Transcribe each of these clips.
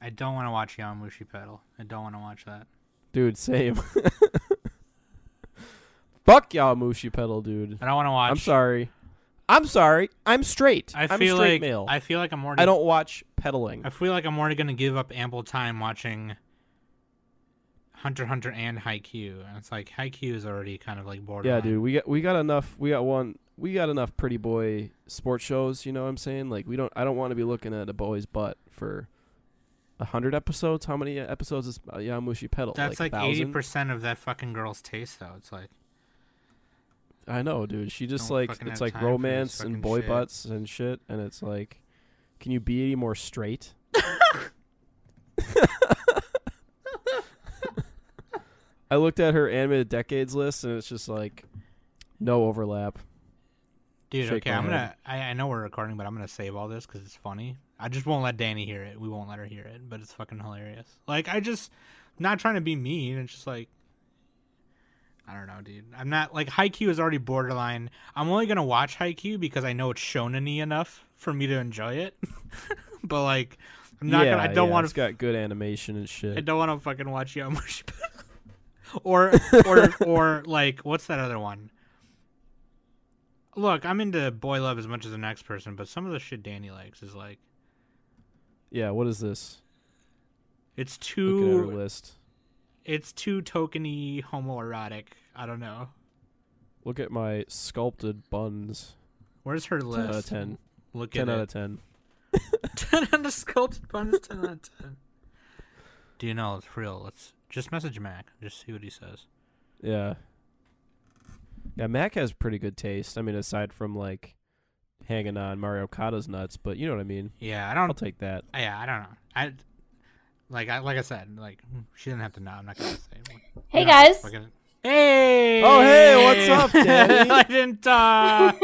I don't want to watch Yamushi pedal. I don't want to watch that. Dude, same. Fuck Yamushi pedal, dude. I don't want to watch. I'm sorry. I'm sorry. I'm straight. I am feel straight like male. I feel like I'm already. I don't watch peddling. I feel like I'm already gonna give up ample time watching Hunter x Hunter and Haikyuu, and it's like Haikyuu is already kind of like borderline. Yeah, dude. We got we got enough. We got one. We got enough pretty boy sports shows. You know what I'm saying? Like we don't. I don't want to be looking at a boy's butt for a hundred episodes. How many episodes is uh, Yamushi pedal? That's like eighty 1,000? percent of that fucking girl's taste, though. It's like I know, dude. She just Don't like fucking it's have like time for this romance and fucking boy shit. butts and shit, and it's like, can you be any more straight? I looked at her animated decades list, and it's just like, no overlap. Dude, Shake okay, my I'm head. gonna. I, I know we're recording, but I'm gonna save all this because it's funny. I just won't let Danny hear it. We won't let her hear it, but it's fucking hilarious. Like I just, not trying to be mean. It's just like, I don't know, dude. I'm not like Haikyuu is already borderline. I'm only gonna watch Haikyuu because I know it's shonen-y enough for me to enjoy it. but like, I'm not. yeah, gonna, I don't yeah, want It's to. got good animation and I shit. don't want to fucking watch Yamushi. or or or like what's that other one? Look, I'm into boy love as much as the next person, but some of the shit Danny likes is like Yeah, what is this? it's Looking at her too list. it's too tokeny homoerotic. I don't know. Look at my sculpted buns. Where's her Ten out of list? ten. Look Ten at out it. of ten. ten out of sculpted buns. Ten out of ten. Do you know it's real? Let's just message Mac. Just see what he says. Yeah. Yeah, Mac has pretty good taste. I mean, aside from like hanging on Mario Kata's nuts, but you know what I mean. Yeah, I I'll don't. take that. Yeah, I don't know. I like I like I said like she didn't have to know. I'm not gonna say. It. Hey You know, guys. fucking- Hey. Oh, hey, what's up, Danny? I didn't talk.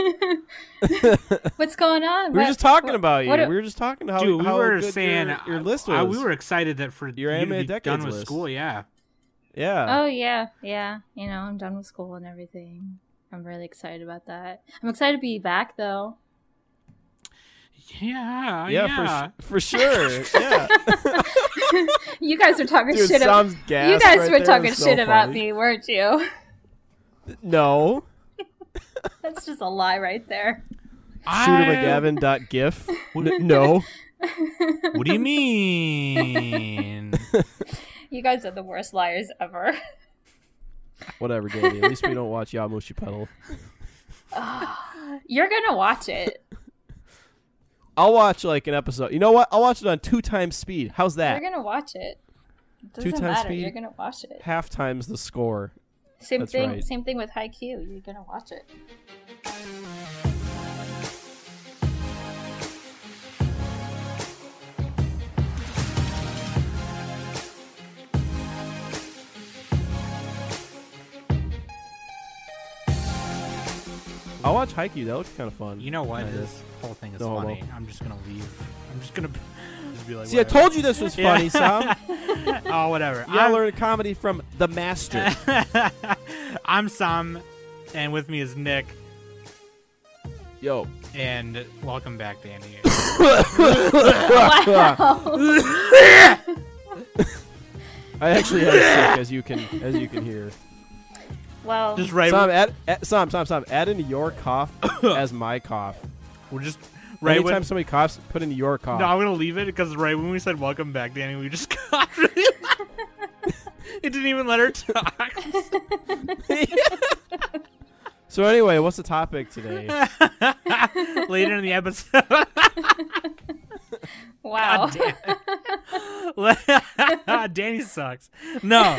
What's going on? We were What- just talking what- about you. what- we were just talking how Dude, we how were good your- saying your, list was. I- we were excited that for Your you to anime be done decades with list. school. Yeah. yeah. Oh yeah, yeah. You know, I'm done with school and everything. I'm really excited about that. I'm excited to be back though. Oh, Yeah. yeah, for sh- for sure. yeah, you guys were talking dude, shit. Ab- Sam's you gassed guys right were there. talking It's so shit about funny. me, weren't you? No, That's just a lie right there. shootamagavin.gif. N- no, What do you mean? You guys are the worst liars ever. whatever, Danny. At least we don't watch Yamushi Pedal. You're gonna watch it. I'll watch like an episode. You know what? I'll watch it on two times speed. How's that? You're gonna watch it. It Two doesn't times matter. speed. You're gonna watch it. Half times the score. Same That's thing. right. Same thing with Haikyuu. You're gonna watch it. I'll watch Haikyuu. That looks kind of fun. you know what? Kinda. This whole thing is No homo. funny. I'm just gonna leave. I'm just gonna just be like. See, I whatever. told you this was funny, Sam. Oh, whatever. You gotta learn comedy from the master. I'm, I'm Sam, and with me is Nick. Yo. And welcome back, Danny. I actually had sick, as you can as you can hear. Well, just right. Sam, add, add, Sam, Sam, Sam, add in your cough as my cough. We're just right Anytime when. somebody coughs, put in your cough. No, I'm gonna leave it because right when we said welcome back, Danny, we just got it. didn't even let her talk. So anyway, what's the topic today? Later in the episode, wow. Danny sucks. No.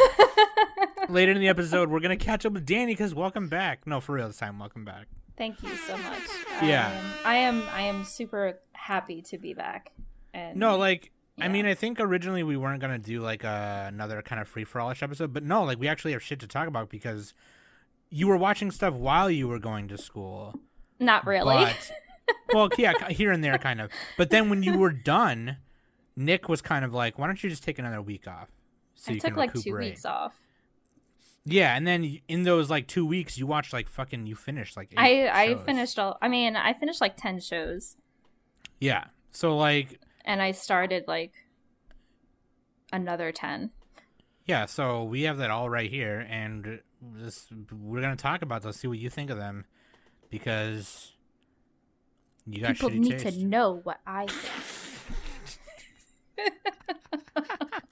Later in the episode, we're gonna catch up with Danny because welcome back. No, for real this time, welcome back. Thank you so much. Um, Yeah. I am, I am I am super happy to be back. And No, like I Mm-hmm. Yeah. mean, I think originally we weren't gonna do like uh, another kind of free for allish episode, but no, like we actually have shit to talk about because you were watching stuff while you were going to school. not really. But, well, yeah, ki- here and there, kind of. But then when you were done, Nick was kind of like, "Why don't you just take another week off?" So I you took can like two recuperate." weeks off. Yeah, and then y- in those like two weeks, you watched like fucking. You finished like. Eight I I shows. finished all. I mean, I finished like ten shows, Yeah. So like, and I started like another 10. Yeah, so we have that all right here, and this we're gonna talk about those. See what you think of them, because you got People shitty need taste. to know what I think.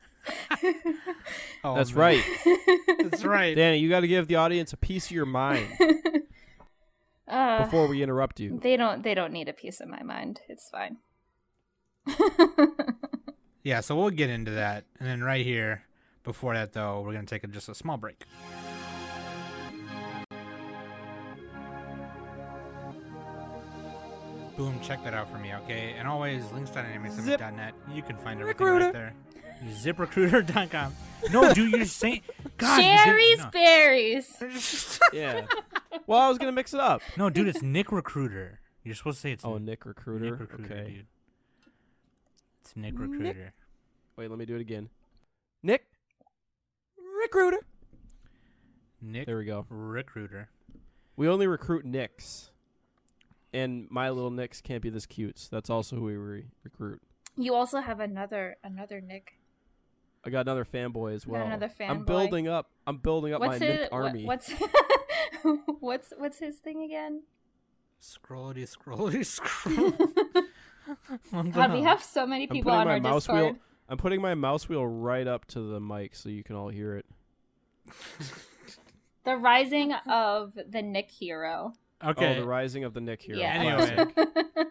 Oh, That's man. right. That's right. Danny, you got to give the audience a piece of your mind Uh, before we interrupt you. they don't they don't need a piece of my mind. It's fine. Yeah, so we'll get into that, and then right here, before that though, we're gonna take a, just a small break. Boom! Check that out for me, okay? And always links.animesummit.net. You can find everything Recruiter. right there. Ziprecruiter.com. No, dude, you're saying God, you Sherry's said- berries. no. Yeah. Well, I was gonna mix it up. No, dude, it's Nick Recruiter. You're supposed to say it's Oh, Nick Recruiter. Nick Recruiter, okay. dude. It's Nick Nick- Recruiter. Wait, let me do it again. Nick Recruiter. Nick There we go. Recruiter. We only recruit Nicks, and my little Nicks can't be this cute. So that's also who we re- recruit. You also have another another Nick. I got another fanboy as Got well. another I'm fanboy. building up. I'm building up What's my his Nick army. What, what's what's what's his thing again? Scrollity, scrollity, scroll. What the God, Uh, we hell? have so many I'm people on putting my our mouse Discord. wheel. I'm putting my mouse wheel right up to the mic so you can all hear it. The rising of the Nick hero. okay. Oh, the rising of the Nick hero. Yeah. Anyway. Classic.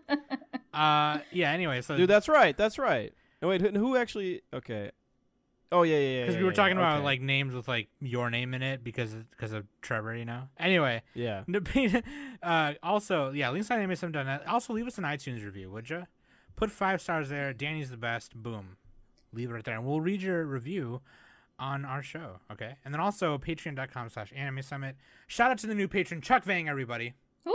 Uh, yeah. Anyway, so Dude, that's right. That's right. No, wait, who, who actually? Okay. Oh yeah, yeah, yeah. because yeah, we were yeah, talking about okay. like names with like your name in it because because of Trevor, you know. Anyway, yeah. the- uh, also yeah, linksanimesim.net. Also leave us an iTunes review, would you? Put five stars there. Danny's the best. Boom. Leave it right there, and we'll read your review on our show. Okay, and then also Patreon.com/slash Anime Summit. Shout out to the new patron Chuck Vang, everybody. Woo!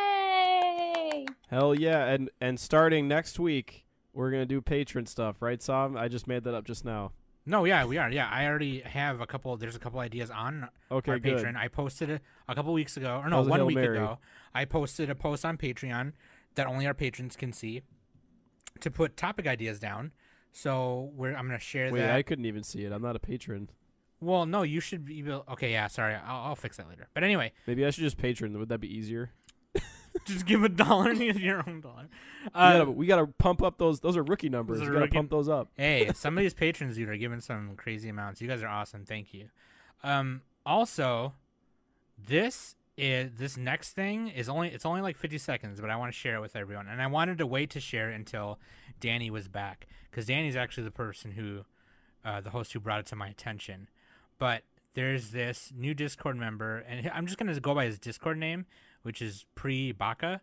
Yay! Hell yeah! And and starting next week, we're gonna do patron stuff, right, Sam? I just made that up just now. No, yeah, we are. Yeah, I already have a couple. There's a couple ideas on Okay, our good. Patreon. I posted it a couple weeks ago, or no, was a one Hail week Mary. ago. I posted a post on Patreon that only our patrons can see to put topic ideas down. So we're, I'm gonna share Wait, that. I couldn't even see it. I'm not a patron. Well, no, you should be. able- Okay, yeah, sorry, I'll, I'll fix that later. But anyway, Maybe I should just patron. Would that be easier? just give a dollar and you have your own dollar. we, Uh, gotta, we gotta pump up those. Those are rookie numbers. Those We are gotta rookie- pump those up. hey, some of these patrons, dude, are giving some crazy amounts. You guys are awesome. Thank you. Um, also, this is this next thing is only it's only like 50 seconds, but I want to share it with everyone. And I wanted to wait to share it until Danny was back because Danny's actually the person who, uh, the host who brought it to my attention. But there's this new Discord member, and I'm just gonna go by his Discord name, which is Pre Baka.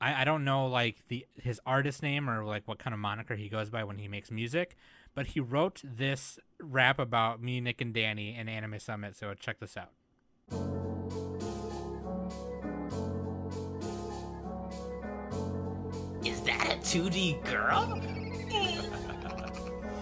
I, I don't know like the his artist name or like what kind of moniker he goes by when he makes music, but he wrote this rap about me, Nick, and Danny and Anime Summit. So check this out. Is that a 2D girl?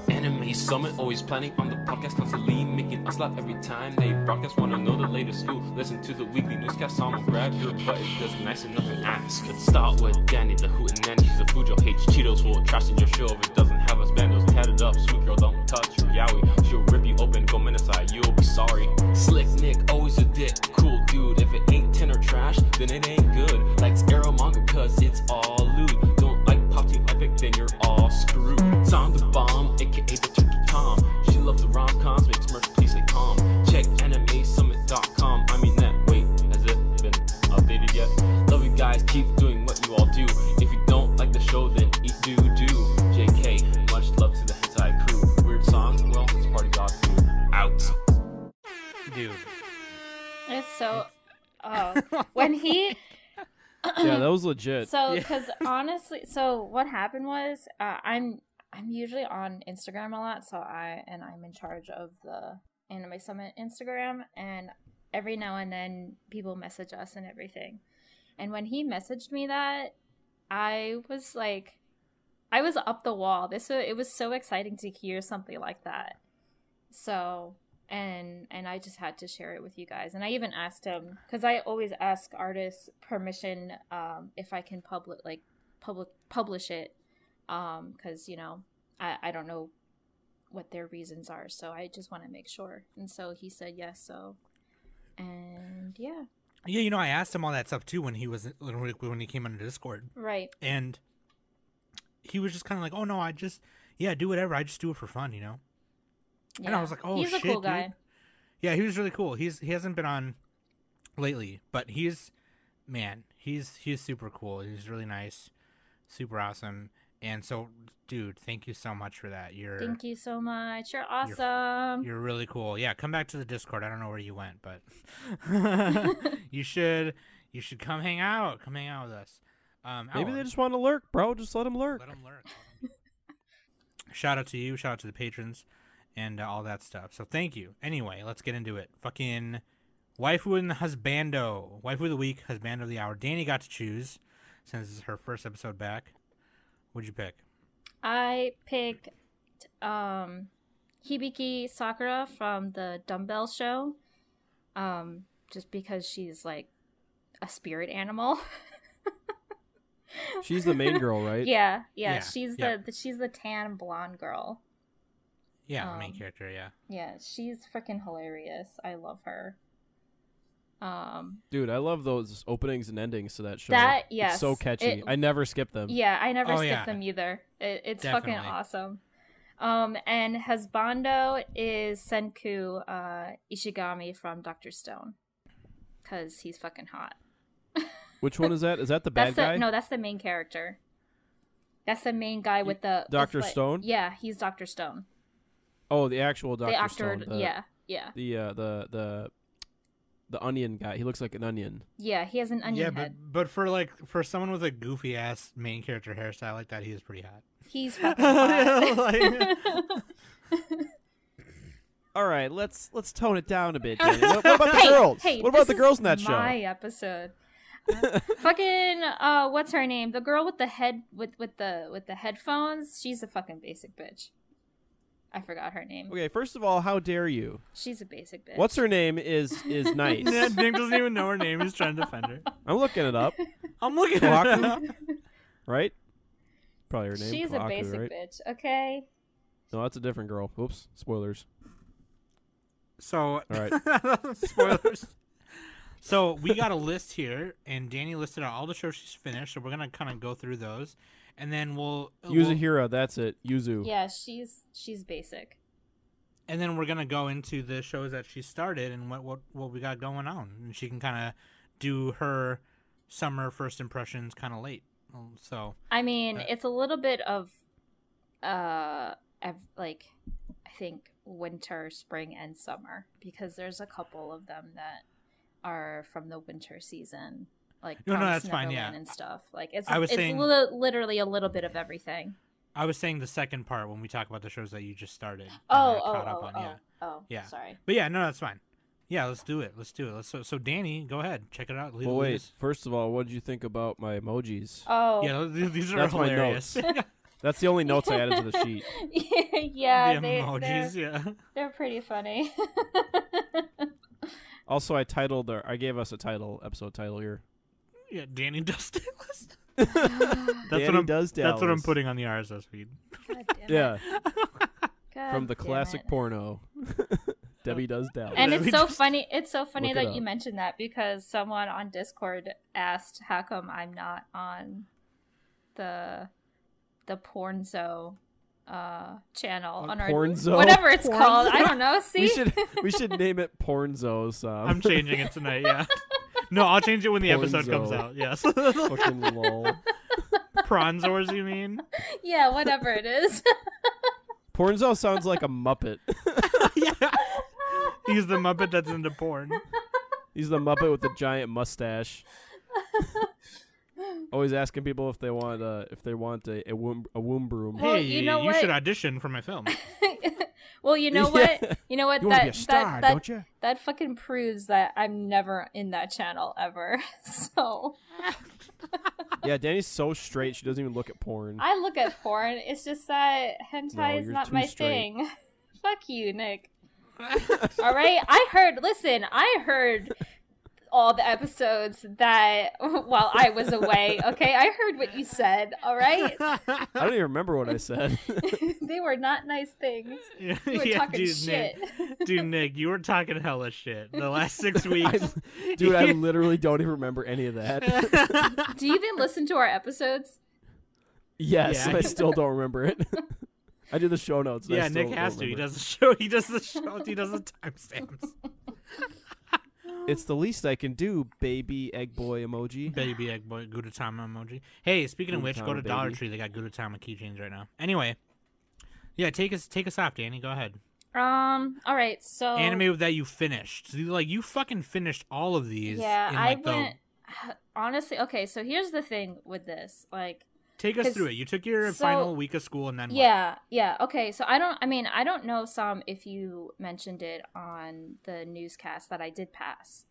Anime Summit, always planning on the podcast, constantly making us laugh every time they broadcast. Wanna know the latest who? Listen to the weekly newscast, I'ma grab your butt, it does nice enough and ask. Let's start with Danny, the hoot and nanny. She's a Fujo, hates Cheetos, will trash in your show if it doesn't have us bandos tatted up. Sweet girl, don't touch her, yowie. She'll rip you open, go menacide, you'll be sorry. Slick Nick, always a dick, cool dude. If it ain't 10 or trash, then it ain't good. Likes arrow manga, cause it's all loot. Don't like pop team epic, then you're all screwed. Tom the bomb, aka the turkey tom. She loves the rom coms, makes merch, please stay calm. Check animesummit.com. I mean that, wait, has it been updated yet? Love you guys, keep doing what you all do. If you don't like the show, then eat doo doo. JK, much love to the hentai crew. Weird song, well, it's party god food. Out. Dude, It's so. Oh, when he yeah, that was legit. so because honestly, so what happened was uh, I'm I'm usually on Instagram a lot, so I and I'm in charge of the Anime Summit Instagram, and every now and then people message us and everything. And when he messaged me that, I was like, I was up the wall. This wa- it was so exciting to hear something like that. So and and I just had to share it with you guys. And I even asked him because I always ask artists permission um, if I can public um, like public publish it because you know I I don't know what their reasons are. So I just want to make sure. And so he said yes. So, and yeah, Yeah, you know, I asked him all that stuff too when he was when he came on Discord, right, and he was just kind of like, "Oh no, I just yeah, do whatever. I just do it for fun," you know. yeah. And I was like, "Oh he's shit, a cool dude." guy. Yeah, he was really cool. He's he hasn't been on lately, but he's man, he's he's super cool. He's really nice, super awesome. And so, dude, thank you so much for that. You're Thank you so much. You're f- awesome. You're really cool. Yeah, come back to the Discord. I don't know where you went, but you should you should come hang out. Come hang out with us. Um, Maybe Alan, they just want to lurk, bro. Just let them lurk. let 'em lurk. let 'em- shout out to you. Shout out to the patrons and uh, all that stuff. So thank you. Anyway, let's get into it. Fucking waifu and husbando. Waifu of the week, husbando of the hour. Danny got to choose since this is her first episode back. What'd you pick? I picked um, Hibiki Sakura from the Dumbbell Show, um, just because she's like a spirit animal. She's the main girl, right? yeah, yeah, Yeah, she's yeah. The, the she's the tan blonde girl. Yeah, the main Um, character. Yeah. Yeah, she's freaking hilarious. I love her. Um, Dude, I love those openings and endings to that show. That- It's yes. so catchy. It- I never skip them. yeah, I never Oh, skip yeah. them either. It, it's fucking Definitely. awesome. Um, and Husbando is Senku uh, Ishigami from Doctor Stone, because he's fucking hot. Which one is that? Is that the bad That's guy? the no, that's the main character. That's the main guy with the with Dr. like- Stone? Yeah, he's Doctor Stone. Oh, the actual Doctor the actor, Stone. uh, The, yeah, yeah, The uh, the the the onion guy. He looks like an onion. yeah. He has an onion yeah, head. but but for like for someone with a goofy ass main character hairstyle like that, he is pretty hot. He's fucking hot. Yeah, All right, let's let's tone it down a bit. Danny. What, what about the Hey, girls? hey, what about this the is girls in that show? My episode. fucking uh, what's her name? The girl with the head with with the with the headphones. She's a fucking basic bitch. I forgot her name. Okay, first of all, how dare you? She's a basic bitch. What's her name is is nice. Nick doesn't even know her name. He's trying to defend her. I'm looking it up, I'm looking at Kawaku? her. up. right? Probably her name. She's Kawaku, a basic right? bitch. Okay. No, that's a different girl. Oops, spoilers. So, right. spoilers. So we got a list here, and Danny listed out all the shows she's finished. So we're gonna kind of go through those, and then we'll, Oh, uh, we'll- Yuzuhira, that's it. Yuzu. Yeah, she's she's basic. and then we're gonna go into the shows that she started and what what what we got going on, and she can kind of do her summer first impressions kind of late. Um, So I mean, Uh, it's a little bit of, uh, ev- like, I think winter, spring, and summer because there's a couple of them that are from the winter season, like No, no, Promised that's fine, Neverland yeah. and stuff. Like it's I was it's saying- li- literally a little bit of everything. I was saying the second part when we talk about the shows that you just started. and Oh, are oh, caught up oh, on, oh, yeah. oh, Yeah. Sorry. But yeah, no, that's fine. Yeah, let's do it. Let's do it. Let's, so, so Danny, go ahead, check it out. Lead, Well, lead wait. us. First of all, what did you think about my emojis? Oh. Yeah, those- these, these are That's my hilarious. That's the only notes I added to the sheet. yeah, the they, emojis, They're, yeah. they're pretty funny. Also, I titled our, I gave us a title, episode title here. Yeah, Danny does Dallas. God That's Danny what I'm. does That's what I'm Dallas. putting on the RSS feed. damn Yeah, it. God from the damn classic it. Oh. porno. Debbie does Dallas. And Let it's me so just funny. It's so funny look it that you up. mentioned that because someone on Discord asked how come I'm not on the the Pornzo uh channel On on our Pornzo? whatever it's Pornzo? called. I don't know. See? we should we should name it Pornzo. So I'm changing it tonight. Yeah. No, I'll change it when the episode comes Pornzo. out. Yes. fucking lol. Pronzors, you mean? Yeah, whatever it is. Pornzo sounds like a Muppet. yeah. He's the Muppet that's into porn. He's the Muppet with the giant mustache. Always asking people if they want uh, if they want a, a womb a womb broom. Well, hey, you know what? should audition for my film. well, you know Yeah. what? You know what You want to be a that star, that that, don't you? that fucking proves that I'm never in that channel ever. So Yeah, Danny's so straight she doesn't even look at porn. I look at porn. It's just that hentai No, is you're not too my straight. thing. Fuck you, Nick. All right, I heard. Listen, I heard all the episodes that while I was away. Okay, I heard what you said. All right, I don't even remember what I said. they were not nice things. yeah, You were talking dude, shit. Nick, dude, Nick, you were talking hella shit the last six I, weeks. dude, I literally don't even remember any of that. Do you even listen to our episodes? Yes, Yeah. I still don't remember it. I do the show notes. and I yeah, still Nick don't has to. He remember. does the show. He does the show. He does the timestamps. It's the least I can do, baby egg boy emoji. baby egg boy Gudetama emoji. Hey, speaking of which, go to Gudetama Dollar baby. Tree. They got Gudetama keychains right now. Anyway, yeah, take us take us off, Danny. Go ahead. Um. All right. So Anime that you finished. So you, like you fucking finished all of these. Yeah, in, like, I the- went. Honestly, okay. So here's the thing with this, like. Take us 'cause- through it. You took your so- final week of school and then what? Yeah, yeah. Okay, so I don't I mean, I don't know some if you mentioned it on the newscast that I did pass.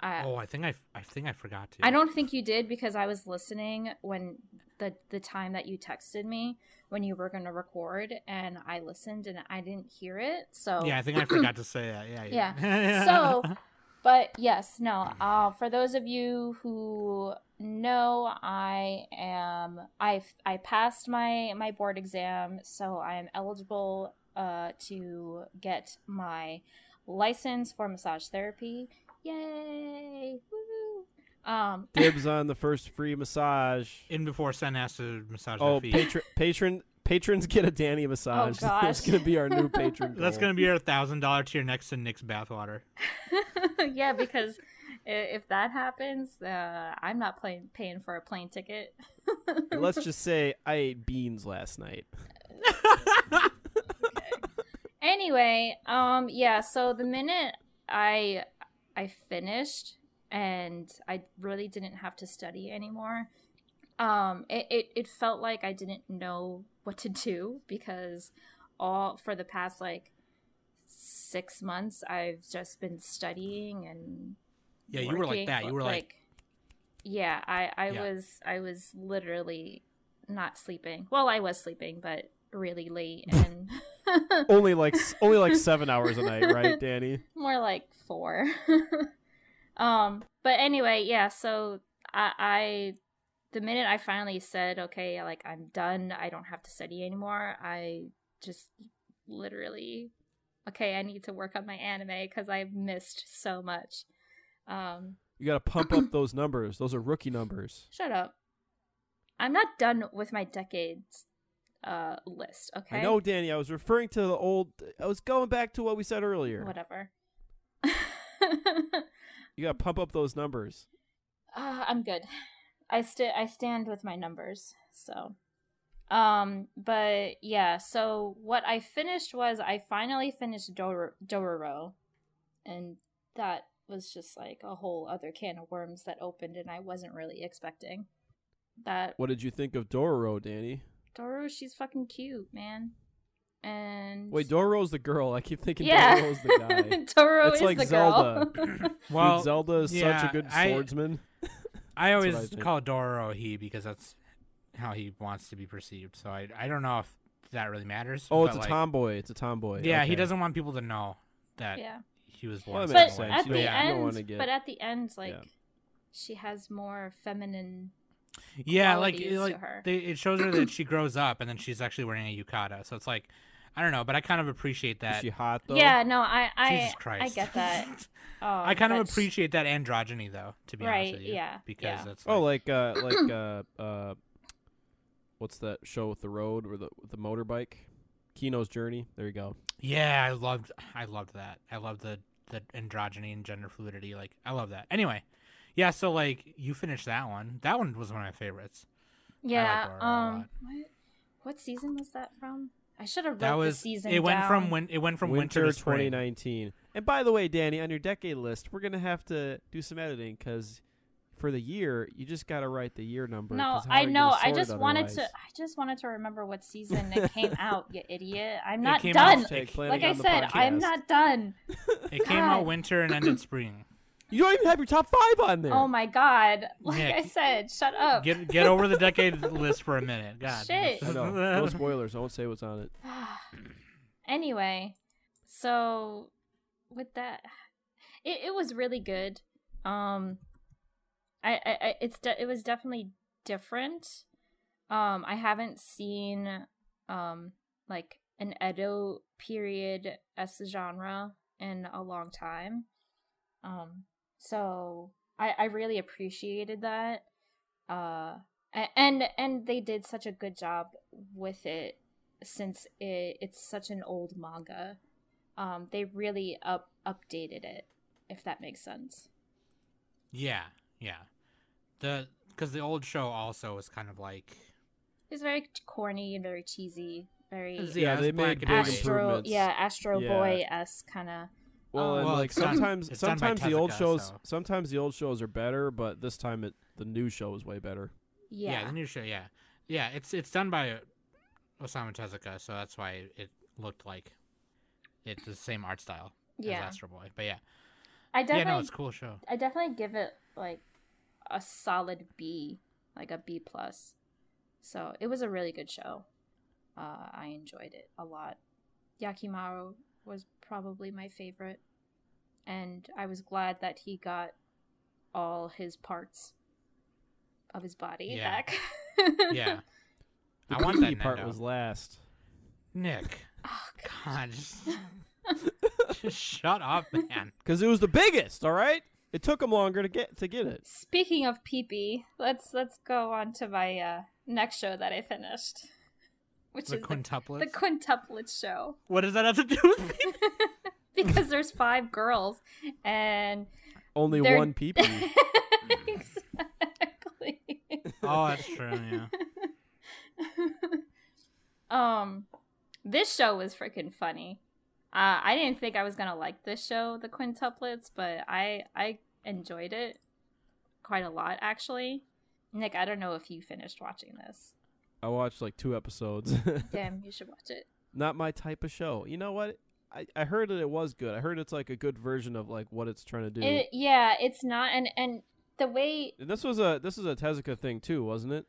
I Oh, I think I, I think I forgot to. I don't think you did because I was listening when the the time that you texted me when you were going to record and I listened and I didn't hear it. So Yeah, I think I forgot to say that. Yeah. Yeah. So, but yes, no. Uh, for those of you who know, I am I I passed my my board exam, so I am eligible uh, to get my license for massage therapy. Yay! Woo! Um, Dibs on the first free massage. in before Sen has to massage Oh, their feet. patron, patron, patrons get a Danny massage. That's Oh, gosh. gonna be our new patron. That's goal. gonna be our thousand dollar tier next to Nick's bathwater. yeah, because i- if that happens, uh, I'm not playing paying for a plane ticket. Let's just say I ate beans last night. anyway um yeah so the minute i i finished and i really didn't have to study anymore um it, it, it felt like i didn't know what to do because all for the past like six months i've just been studying and Yeah, you were like working, that. You were like, yeah i i Yeah. was i was literally not sleeping well i was sleeping but really late and Only like s- only like seven hours a night, right, Danny? more like four um but anyway yeah so i i the minute i finally said okay like i'm done i don't have to study anymore i just literally okay i need to work on my anime because i've missed so much um You gotta pump up those numbers. Those are rookie numbers. shut up i'm not done with my decades uh list okay I know, Danny. I was referring to the old. I was going back to what we said earlier. whatever You gotta pump up those numbers. Uh, I'm good. I st- I stand with my numbers. So, um, but yeah. So what I finished was I finally finished Dor- Dororo, and that was just like a whole other can of worms that opened, and I wasn't really expecting that. What did you think of Dororo, Danny? Dororo, she's fucking cute, man. And Wait, Dororo's the girl. I keep thinking yeah, Dororo's the guy. Dude, Dororo It's is like the girl. Zelda. well, Zelda is such yeah, a good I- swordsman. I That's what I always think. call Dororo he because that's how he wants to be perceived. So I I don't know if that really matters. Oh, but it's a like, tomboy. It's a tomboy. Yeah, he Okay. doesn't want people to know that yeah. he was Well, born. that that but makes way. sense. at You the don't- you don't end, wanna get- but at the end, like Yeah. she has more feminine. yeah, like, it- qualities to like her. they, it shows her that she grows up and then she's actually wearing a yukata. So it's like, I don't know, but I kind of appreciate Is that. she hot though? yeah, no, I, I, Jesus Christ, I get that. Um, I kind of but she- appreciate that androgyny though, to be Right, honest with you. yeah, Because yeah. that's Oh, like uh, like uh, uh, what's that show with the road or the with the motorbike? Kino's Journey. There you go. Yeah, I loved I loved that. I loved the the androgyny and gender fluidity. Like I love that. Anyway, yeah. So like you finished that one. That one was one of my favorites. Yeah. Dora a Um. lot. What, what season was that from? I should have wrote That was the season. It went from down. when it went from winter, to spring. 2019. And by the way, Danny, on your decade list, we're gonna have to do some editing because for the year, you just gotta write the year number. No, 'cause how are I you gonna know. sort I it just wanted to. otherwise? I just wanted to remember what season it came out. You idiot! I'm not came out done. Like Hashtag planning Like I on the said, I'm podcast. not done. It came out God. winter and ended spring. You don't even have your top five on there. Oh my god! Like Nick, I said, shut up. Get get over the decade list for a minute. God. Shit. I know. No spoilers. I won't say what's on it. anyway, so with that, it, it was really good. Um, I, I, I it's de- it was definitely different. Um, I haven't seen um like an Edo period as a genre in a long time. Um, so I I really appreciated that. Uh, a- and and they did such a good job with it since it, it's such an old manga. Um, they really up updated it, if that makes sense. Yeah, yeah. The because the old show also was kind of like It's very corny and very cheesy, very yeah, they it's black made and big white. Astro, improvements. yeah, Astro Yeah. Boy esque kind of. Well, and Well, like it's done- sometimes it's done by sometimes the old Tezuka, shows so. sometimes the old shows are better, but this time it the new show is way better. Yeah. Yeah, the new show. Yeah, yeah. It's it's done by uh, Osamu Tezuka, so that's why it looked like it's the same art style yeah. as Astro Boy. But yeah, I definitely, yeah. No, it's a cool show. I definitely give it like a solid B, like a B plus. So it was a really good show. Uh, I enjoyed it a lot. Yakimaru was probably my favorite, and I was glad that he got all his parts of his body Yeah. back. Yeah. The I want creepy that part Nendo. was last. Nick. Oh, God. God, just, just shut up, man. Because it was the biggest, all right? It took them longer to get to get it. Speaking of peepee, let's let's go on to my uh, next show that I finished, which The is the- quintuplets. the quintuplet show. what does that have to do with me? because there's five girls and Only They're- one peepee. exactly oh, that's true. Yeah. Uh, um this show was freaking funny uh, i didn't think i was gonna like this show the quintuplets but i i enjoyed it quite a lot actually nick i don't know if you finished watching this I watched like two episodes. damn you should watch it Not my type of show. You know what? I, I heard that it was good. I heard it's like a good version of like what it's trying to do. it yeah it's not and and the way And this was a this is a Tezuka thing too, wasn't it?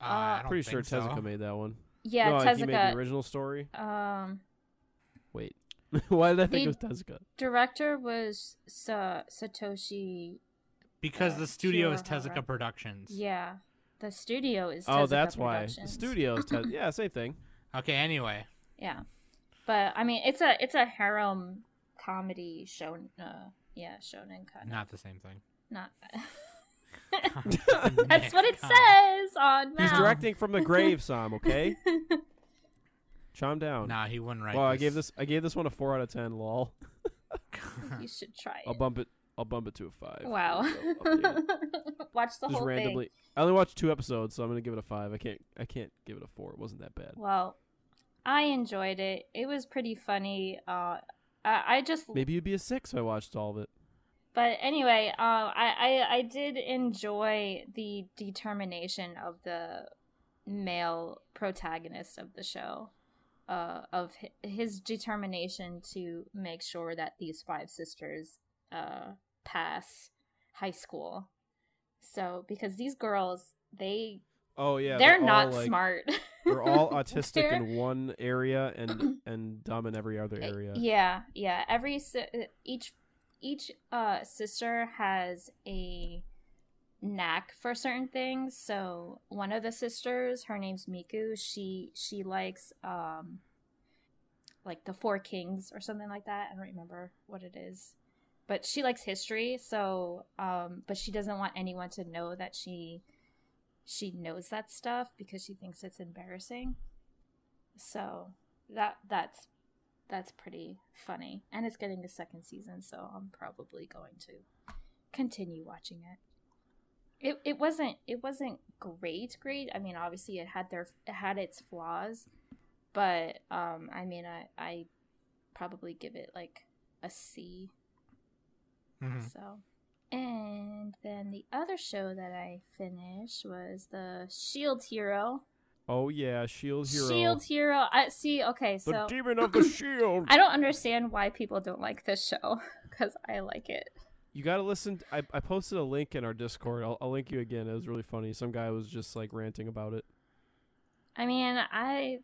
Uh, I Uh, don't Pretty sure think so. Tezuka made that one. yeah no, he made the tezuka original story. um Wait, why did I think He- it was Tezuka? director was Sa- satoshi Because uh, the studio is Shiro Tezuka Hara. Productions. Yeah, the studio is. Oh, Tezuka that's why The Productions. studios. Te- yeah, same thing. Okay. Anyway, Yeah, but I mean, it's a it's a harem comedy show. Uh, yeah, shonen kind of not the same thing. not. God, that's what it Nick, God. says on. He's Mal. directing from the grave, Sam. Okay, chime down. Nah, he wouldn't write. Well, I gave this I gave this one a four out of ten. Lol. You should try I'll it. bump it. I'll bump it to a five. Wow. I'll update it. Watch the Just whole Oh, randomly. I only watched two episodes, so I'm gonna give it a five. I can't. I can't give it a four. It wasn't that bad. thing. Well, I enjoyed it. It was pretty funny. Uh, I, I just Maybe it'd be a six if I watched all of it. But anyway, uh, I, I I did enjoy the determination of the male protagonist of the show, uh, of hi- his determination to make sure that these five sisters uh, pass high school. So because these girls, they Oh yeah, they're, all, not like- smart. They're all autistic They're- Uh, in one area and and dumb in every other area. Eh, Yeah, yeah. Every si- uh, each each uh sister has a knack for certain things. So one of the sisters, her name's Miku. She she likes um like the Four Kings or something like that. I don't remember what it is. But she likes history, so um but she doesn't want anyone to know that she she knows that stuff because she thinks it's embarrassing. So that that's that's pretty funny. And it's getting a second season, so I'm probably going to continue watching it. It, it wasn't it wasn't great great. I mean, obviously it had their it had its flaws, but um I mean, I I probably give it like a C. Mm-hmm. Mhm. So, and then the other show that I finished was the Shield Hero. Oh yeah, Shield Hero. Shield Hero. I see. Okay, the so demon of the shield. I don't understand why people don't like this show because I like it. You gotta listen. t- I, I posted a link in our Discord. I'll, I'll link you again. It was really funny. Some guy was just like ranting about it. I mean, I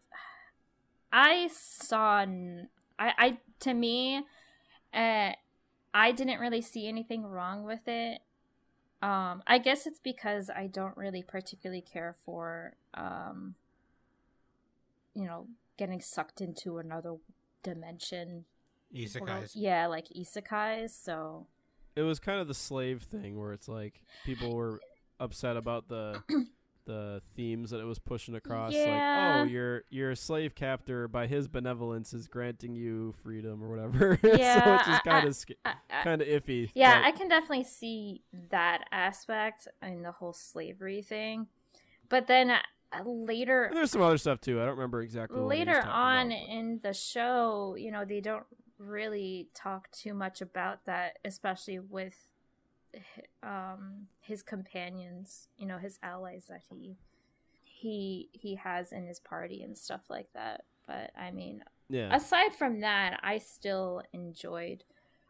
I saw n- I I to me, uh, I didn't really see anything wrong with it. Um, I guess it's because I don't really particularly care for, um, you know, getting sucked into another dimension. world. Isekais. Yeah, like isekais. So It was kind of the slave thing where it's like people were upset about the the themes that it was pushing across. Yeah. Like, oh, your your slave captor by his benevolence is granting you freedom or whatever. so Yeah, it's just I- kind of sc- I, I, kind of iffy. Yeah, but- I can definitely see that aspect in the whole slavery thing. But then uh, later And there's some other stuff too. I don't remember exactly. what he was later talking on about, but- in the show, you know, they don't really talk too much about that, especially with um his companions, you know, his allies that he he he has in his party and stuff like that. But I mean, yeah, aside from that, I still enjoyed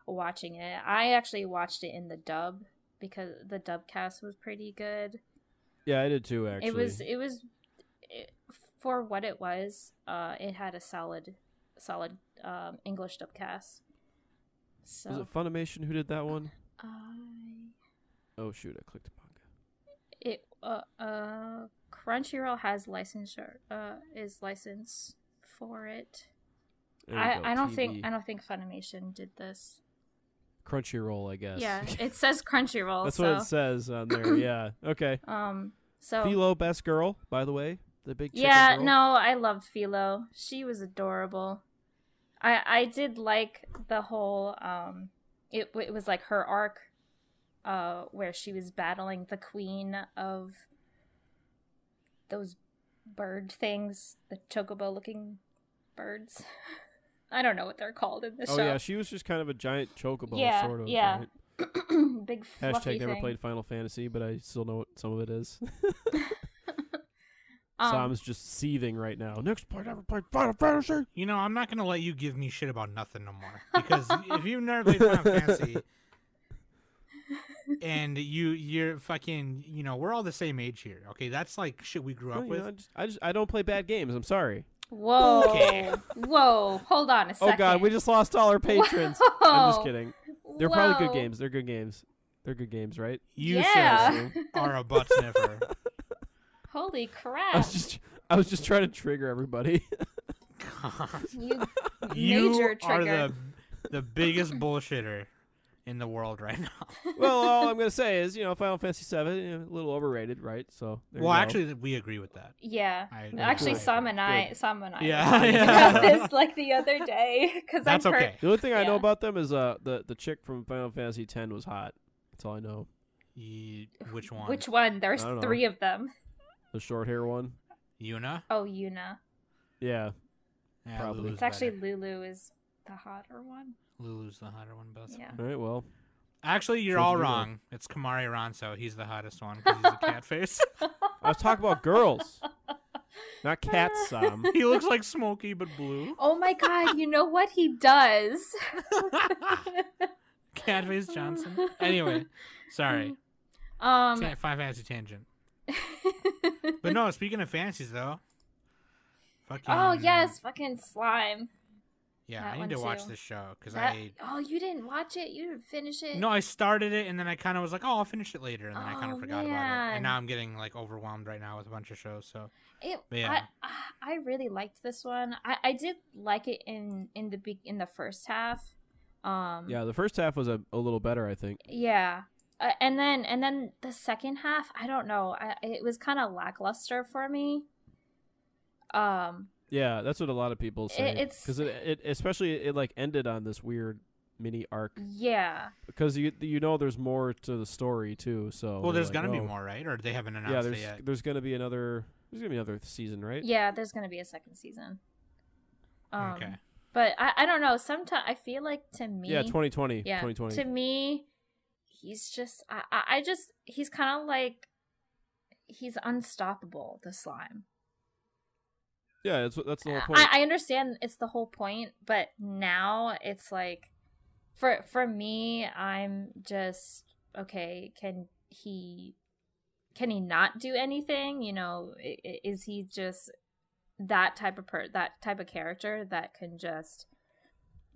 watching it. I actually watched it in the dub because the dub cast was pretty good. yeah, I did too. Actually, It was it was it, for what it was. Uh, it had a solid, solid um, English dub cast. So Was it Funimation who did that one? I- Oh shoot, I clicked manga. it uh, uh Crunchyroll has licensure uh is licensed for it. There you go, I, I don't TV. think I don't think Funimation did this. Crunchyroll, I guess. Yeah, it says Crunchyroll. That's so. what it says on there. Yeah. Okay. Um. So Philo, best girl, by the way, the big. chicken yeah, girl. no, I loved Philo. She was adorable. I I did like the whole um, it it was like her arc, uh, where she was battling the queen of those bird things, the chocobo looking birds. I don't know what they're called in this Oh show. yeah, she was just kind of a giant chocobo, Yeah, sort of. yeah. right? Big fluffy Hashtag never thing. played Final Fantasy, but I still know what some of it is. Um, Sam's just seething right now. Next part, ever played Final Fantasy. You know, I'm not gonna let you give me shit about nothing no more because if you've never played Final Fantasy and you you're fucking you know we're all the same age here. Okay, that's like shit we grew No, up you with. know, I, just, I just I don't play bad games. I'm sorry. Whoa, Okay. whoa, hold on a second. Oh God, we just lost all our patrons. I'm just Whoa. kidding. They're probably Whoa. good games. They're good games. They're good games, right? You sir yeah. are a butt sniffer. Holy I crap. was just I was just trying to trigger everybody. God. You You major are trigger. the the biggest bullshitter in the world right now. well, all I'm gonna say is, you know, Final Fantasy Seven, you know, a little overrated, right? So there you well, go. actually, we agree with that. Yeah. I- Actually, Good. Sam and I, Sam and I, were Yeah, talking yeah. about this like the other day because That's I've heard. okay. the only thing I know Yeah. about them is uh the the chick from Final Fantasy Ten was hot. That's all I know. Ye- which one? Which one? There's I don't know. three of them. The short hair one. Yuna? Oh, Yuna. Yeah, Yeah, Probably. Lulu's It's actually better. Lulu is the hotter one. Lulu's the hotter one, but that's Yeah. all right. Well, Actually, you're Who's all Lulu? wrong. It's Kamari Ronso. He's the hottest one 'cause he's a cat face. I was talking about girls, not cats. um. Sam. he looks like Smokey but blue. Oh my God! You know what he does? Catface Johnson. Anyway, sorry. Um. Fan- Final Fantasy tangent. But no, speaking of fantasies though. Fucking, oh yes, fucking slime. Yeah, that I one need to watch too. this show because That- I Oh, you didn't watch it. You didn't finish it. No, I started it and then I kind of was like, oh, I'll finish it later, and then I kind Oh, of forgot about it. man. And now I'm getting like overwhelmed right now with a bunch of shows. So It, But yeah. I, I really liked this one. I, I did like it in in the be- in the first half. Um, Yeah, the first half was a, a little better, I think. yeah. Uh, and then and then the second half, I don't know. I, it was kind of lackluster for me. Um, Yeah, that's what a lot of people say. it's- because it, it especially it like ended on this weird mini arc yeah, because you you know there's more to the story too. So well, they're there's like, gonna be oh, more, right? Or they haven't Yeah, announced there's it yet. there's gonna be another there's gonna be another season, right? yeah. There's gonna be a second season. Um, okay. But I, I don't know. Sometimes I feel like to me, Yeah, 2020. yeah 2020. to me he's just i i, I just he's kind of like he's unstoppable the slime yeah, that's what- that's the whole point. I, I understand it's the whole point but now it's like for for me i'm just okay can he can he not do anything you know i- i- is he just that type of per that type of character that can just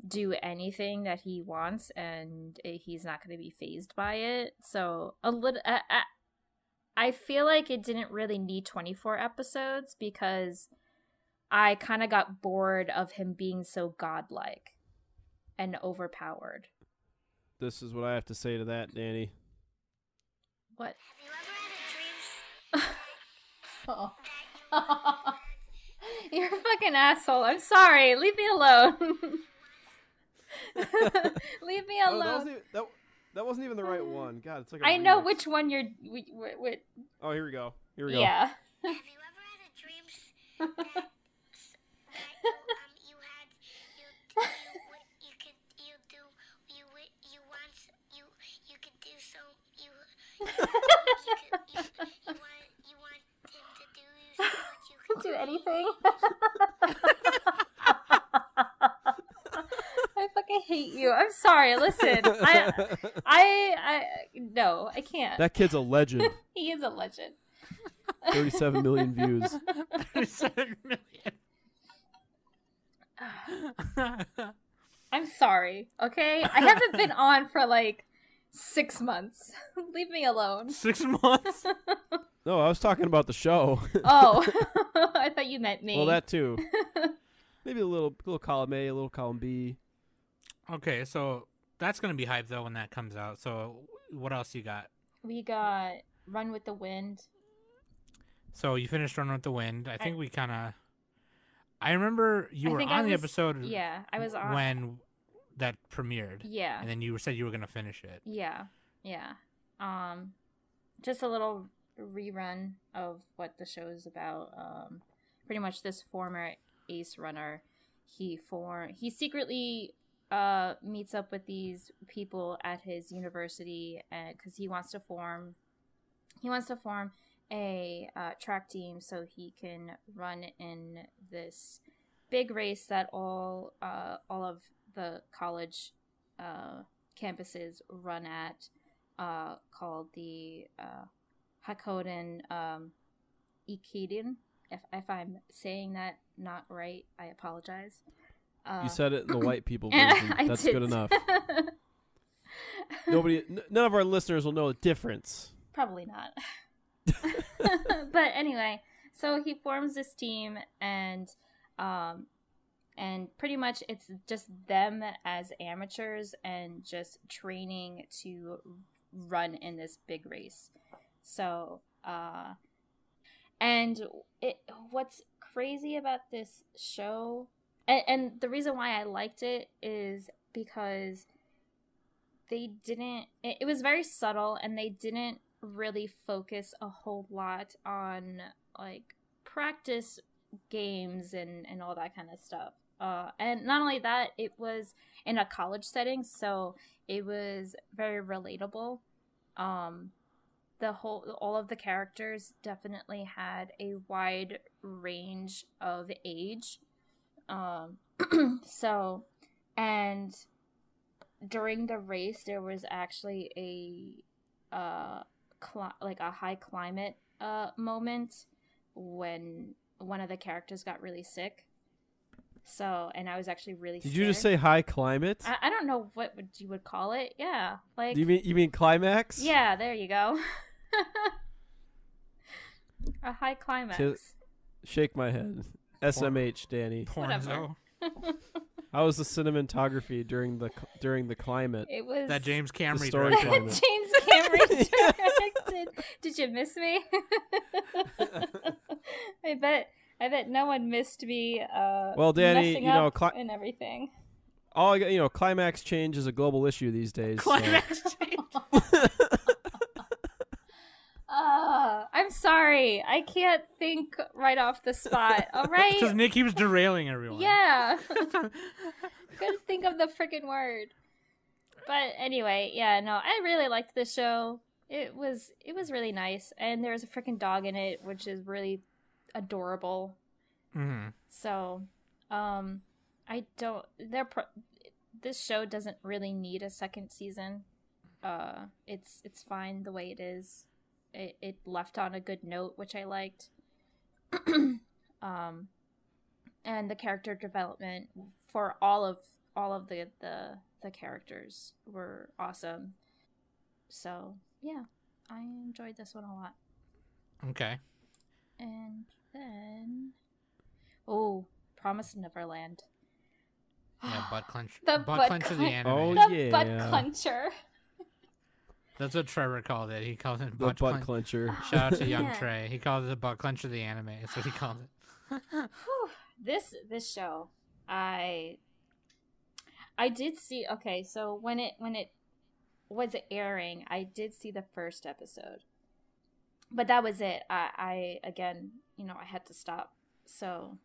do anything that he wants and uh, he's not going to be phased by it. So a little I, I, I feel like it didn't really need 24 episodes because I kind of got bored of him being so godlike and overpowered. This is what I have to say to that, Danny. What? Have you ever had a dream Oh. You're a fucking asshole. I'm sorry. Leave me alone. Leave me Oh, that, alone. wasn't even, that, that wasn't even the right one. God, it's like a Mm. I know remix. which one you're. Which, which, Oh, here we go. Here we go. yeah. Have you ever had a dream s- that, s- that you, um, you had you you w- you could you do you w- you want s- you you could do so you you you, could, you, you want you want him to do you so much you could Do anything. I fucking hate you. I'm sorry. Listen, I, I, I, no, I can't. that kid's a legend. he is a legend. 37 million views. Seven million. I'm sorry, okay? I haven't been on for like six months. Leave me alone. Six months. No, I was talking about the show. Oh, I thought you meant me. well, that too. Maybe a little, little column A, a little column B. Okay, so that's gonna be hype though when that comes out. So what else you got? We got Run with the Wind. So you finished Run with the Wind. I think we kind of. I remember you I were on think I the was- Hmm. episode. Yeah, I was on. when that premiered, Yeah, and then you said you were gonna finish it. yeah, yeah. Um, just a little rerun of what the show is about. Um, pretty much this former ace runner, he form he secretly uh meets up with these people at his university because he wants to form he wants to form a uh, track team so he can run in this big race that all uh, all of the college uh, campuses run at uh, called the uh, Hakoden um, Ikiden. If, if I'm saying that not right, I apologize. Uh, You said it in the white people version. I That's did. good enough. Nobody, n- none of our listeners will know the difference. Probably not. but anyway, so he forms this team and um and pretty much it's just them as amateurs and just training to run in this big race. So, uh and it what's crazy about this show and, and the reason why I liked it is because they didn't it, it was very subtle and they didn't really focus a whole lot on like practice games and and all that kind of stuff uh and not only that it was in a college setting so it was very relatable um the whole all of the characters definitely had a wide range of age um so and during the race there was actually a uh cli- like a high climate uh moment when one of the characters got really sick so and i was actually really Did you just scared. say high climate? I, I don't know what would you would call it yeah like Do you mean you mean climax? yeah, there you go. a high climax. Shake my head. SMH, Danny. Whatever. Pornzo. How was the cinematography during the cl- during the climate? It was That James The Cameron story directed. climate. James Cameron directed. Did you miss me? I bet. I bet no one missed me. Uh, Well, Danny, messing you know, up cli- and everything. All I got- you know, climax change is a global issue these days. so- Climax change. Uh, I'm sorry. I can't think right off the spot. All Because right. Nick keeps derailing everyone. Yeah. couldn't think of the freaking word. But anyway, yeah, no, I really liked the show. It was it was really nice, and there was a freaking dog in it, which is really adorable. hmm So, um, I don't. They're pro- this show doesn't really need a second season. Uh, it's it's fine the way it is. It it left on a good note, which I liked. um, and the character development for all of all of the the the characters were awesome. So yeah, I enjoyed this one a lot. Okay. And then, oh, Promise Neverland. Yeah, butt clench. The butt, butt clench of the clen- anime. Oh, The butt yeah. clencher. That's what Trevor called it. He calls it The butt, butt clench. clencher. Shout out to Young Yeah. Trey. He calls it the butt clench of the anime. That's what he called it. Whew, this this show, I I did see. Okay, so when it when it was airing, I did see the first episode, but that was it. I, I again, you know, I had to stop. So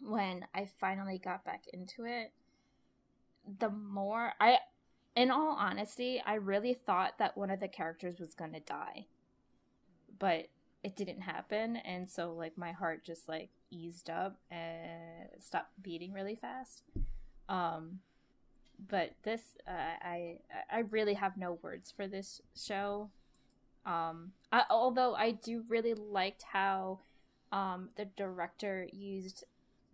when I finally got back into it, the more I, in all honesty, I really thought that one of the characters was gonna die, but it didn't happen and so like my heart just like eased up and stopped beating really fast um but this uh, i i really have no words for this show um I, although i do really liked how um the director used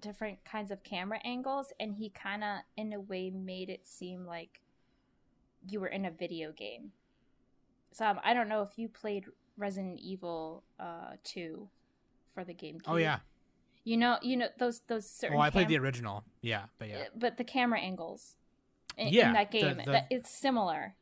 different kinds of camera angles and he kind of in a way made it seem like you were in a video game so um, i don't know if you played resident evil uh 2 for the gamecube Oh yeah. you know you know those those certain Well, I played cam- the original. Yeah, but yeah, uh, but the camera angles in, in Yeah, that the- game the- that it's similar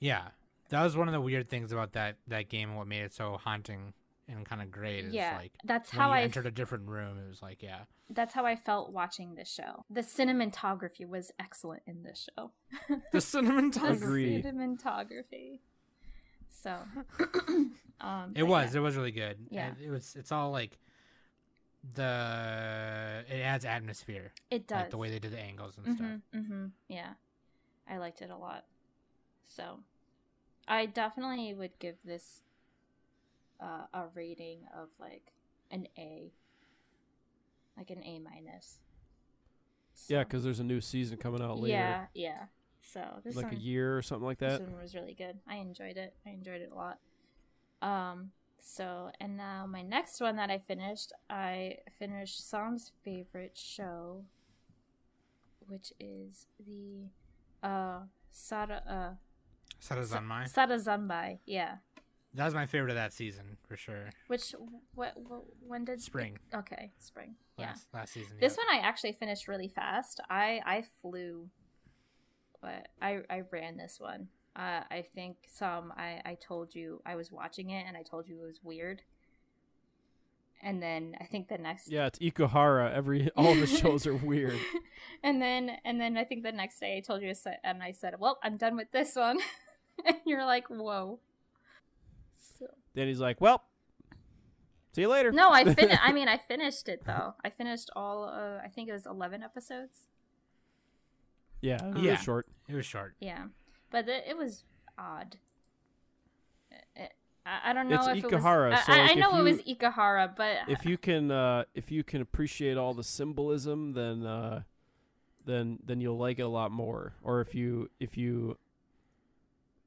yeah. That was one of the weird things about that that game and what made it so haunting and kind of great. Is yeah like that's when how you i entered a different room, it was like yeah. that's how i felt watching this show the cinematography was excellent in this show The cinnamon The toast. Agree. cinematography so um It but was. yeah. It was really good. Yeah. And It, was. It's all like the it adds atmosphere. it does Like the way they did the angles and stuff. Mm-hmm, mm-hmm. Yeah, I liked it a lot. So, I definitely would give this uh, a rating of like an A, like an A minus. Yeah, because there's a new season coming out later, yeah, yeah. So this like one, a year or something like this that. one was really good. I enjoyed it. I enjoyed it a lot. Um. So and now my next one that I finished, I finished Psalm's favorite show, which is the uh Sada uh So does Sa- on mine. Sada Zanbai, yeah. That was my favorite of that season for sure. Which what, when did Spring. Okay, spring. yeah. Last last season. This yep. one I actually finished really fast. I I flew, but I I ran this one. Uh, I think some I I told you I was watching it and I told you it was weird. And then I think the next Yeah, it's Ikuhara. Every all the shows are weird. and then and then I think the next day I told you I said- and I said, "Well, I'm done with this one," and you're like, "Whoa." So Then he's like, "Well, see you later." No, I fin- I mean, I finished it though. I finished all. Uh, I think it was eleven episodes. yeah, it was Yeah. short. It was short. Yeah, but it, it was odd. I- I, I don't know It's if it Ikahara, was. I- so, I, like, I if know it was you- Ikahara, but If you can, uh, if you can appreciate all the symbolism, then, uh, then, then you'll like it a lot more. Or if you, if you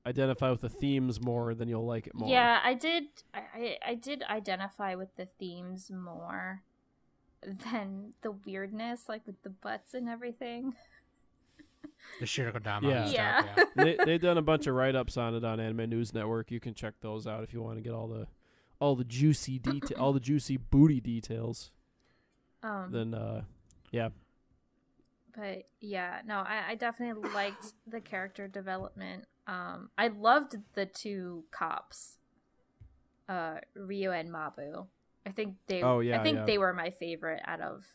identify with the themes more, then you'll like it more. yeah, I did. I, I I did identify with the themes more than the weirdness, like with the butts and everything. The Shirikodama. Yeah. and stuff, Yeah. yeah. they, they've done a bunch of write-ups on it on Anime News Network. You can check those out if you want to get all the, all the juicy detail, all the juicy booty details. Um, Then, uh, but yeah no i, I definitely liked the character development um i loved the two cops uh rio and mabu i think they Oh, yeah, i think yeah. they were my favorite out of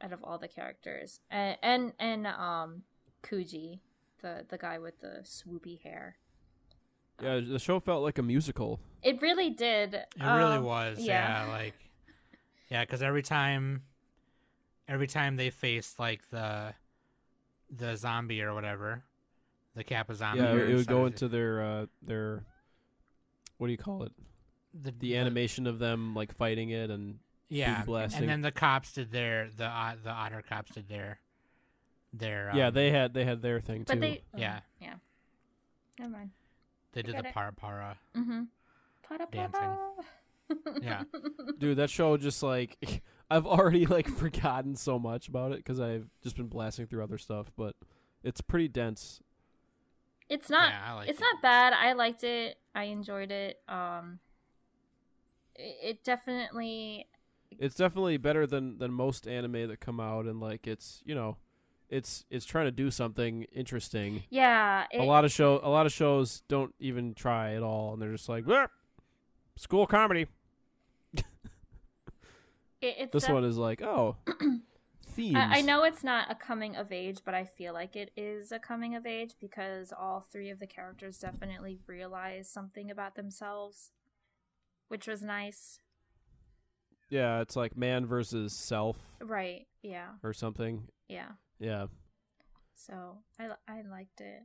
out of all the characters and and, and um kuji the the guy with the swoopy hair yeah, the show felt like a musical. it really did um, it It really was, yeah. like, yeah, because every time, every time they faced like the, the zombie or whatever, the Kappa zombie. yeah, or it would go something, into their uh, their what do you call it? The anime. animation of them like fighting it and yeah, blasting. and then the cops did their the uh, the otter cops did their, their yeah, um, they had they had their thing too. but they oh, Yeah. yeah never mind they did got the it. para para. mm-hmm Dancing. Yeah. Dude, that show just like I've already like forgotten so much about it because I've just been blasting through other stuff, but it's pretty dense. It's not yeah, I like it's it. not bad. I liked it. I enjoyed it. Um it, it definitely It's definitely better than than most anime that come out, and like it's you know, it's it's trying to do something interesting. yeah, it, a lot of show a lot of shows don't even try at all, and they're just like "Bleh, school comedy. it- it's This def- one is like oh, themes. I, I know it's not a coming of age, but I feel like it is a coming of age because all three of the characters definitely realize something about themselves, which was nice. Yeah, it's like man versus self Right. Yeah. or something. Yeah. Yeah. So I I liked it.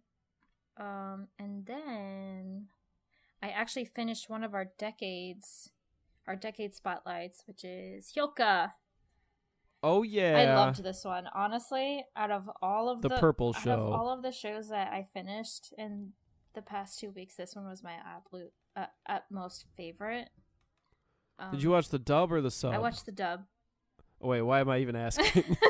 Um, and then I actually finished one of our decades, our decade spotlights, which is Hyoka. Oh yeah. I loved this one. Honestly, out of all of the, The purple out show. of all of the shows that I finished in the past two weeks, this one was my absolute uh, utmost favorite. Um, Did you watch the dub or the sub? I watched the dub. Oh, wait, why am I even asking?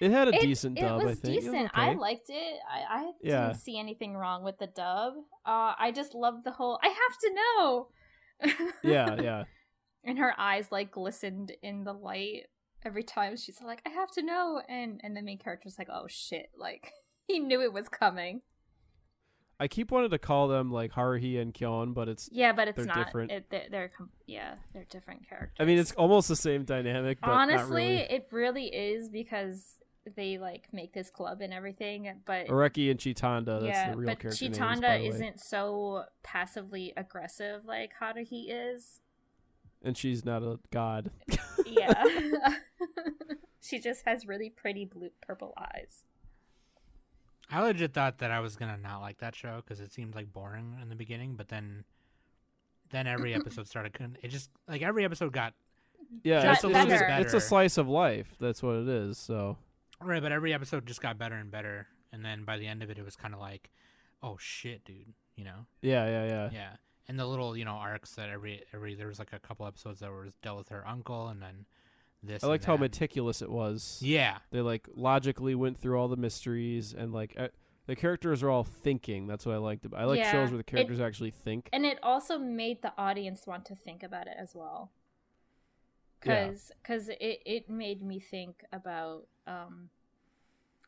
it had a It- decent dub, It was I think. It was decent. I okay. liked it. I, I Yeah. didn't see anything wrong with the dub. Uh, I just loved the whole. I have to know. yeah, yeah. and her eyes like glistened in the light every time she's like, "I have to know," and and the main character's like, "Oh shit!" Like he knew it was coming. I keep wanting to call them like Haruhi and Kyon, but it's. Yeah, but it's They're not. different. It, they're, they're com- yeah, they're different characters. I mean, it's almost the same dynamic, but not honestly, really. it really is because they like make this club and everything, but Areki and Chitanda. Oh, That's yeah, the real but character names, by Chitanda the way. isn't so passively aggressive like Haruhi is. And she's not a god. Yeah, she just has really pretty blue purple eyes. I legit thought that I was gonna not like that show because it seemed like boring in the beginning, but then, then every episode started. con- It just like every episode got Yeah, Just it's, a it's, little just- bit it's a better. slice of life. That's what it is. So right, but every episode just got better and better. And then by the end of it, it was kind of like, oh shit, dude, you know? yeah, yeah, yeah. Yeah. And the little you know arcs that every every there was like a couple episodes that were dealt with her uncle, and then this. I and liked how that. meticulous it was. Yeah, They like logically went through all the mysteries and like uh, the characters are all thinking. That's what I liked. about I like Yeah. shows where the It- characters actually think. and it also made the audience want to think about it as well Yeah. because it, it made me think about um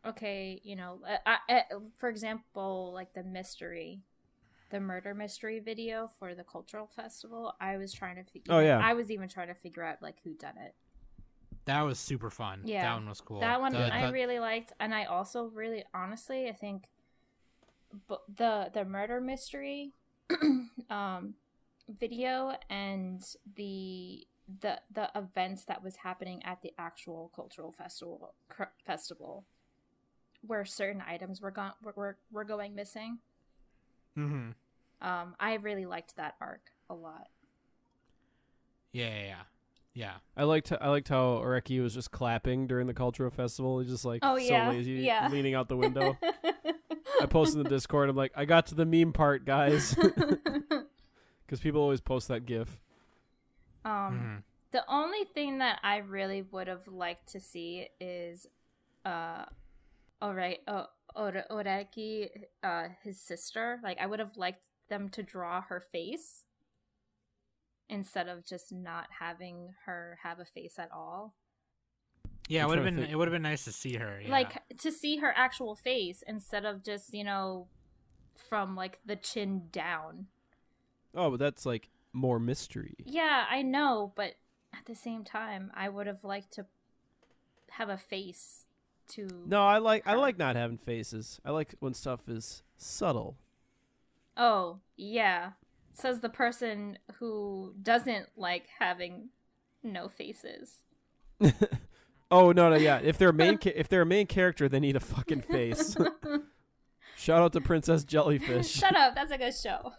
okay you know uh, I, I, for example like the mystery the murder mystery video for the cultural festival i was trying to figure Oh, yeah. i was even trying to figure out like who done it that was super fun. Yeah. that one was cool. that one The- I the- really liked, and I also really honestly I think bu- the the murder mystery um, video and the the the events that was happening at the actual cultural festival cr- festival where certain items were gone were, were, were going missing. Mhm. Um, I really liked that arc a lot. Yeah, yeah, yeah, yeah. I liked I liked how Areki was just clapping during the cultural festival. He's just like Oh, so yeah, lazy, yeah. leaning out the window. I posted in the Discord. I'm like, I got to the meme part, guys, because people always post that GIF. um Mhm. The only thing that I really would have liked to see is, uh, all right, uh, Ore- Oreki, uh, his sister. Like, I would have liked them to draw her face instead of just not having her have a face at all. Yeah, it I'm would have trying to been think. it would have been nice to see her. Yeah. Like, to see her actual face instead of just, you know, from like the chin down. Oh, but that's like more mystery. Yeah, I know, but at the same time, I would have liked to have a face to. No, I like I like not having faces. I like when stuff is subtle. Oh, yeah. Says the person who doesn't like having no faces. Oh no, no, yeah. If they're a main ca- if they're a main character, they need a fucking face. Shout out to Princess Jellyfish. Shut up, that's a good show.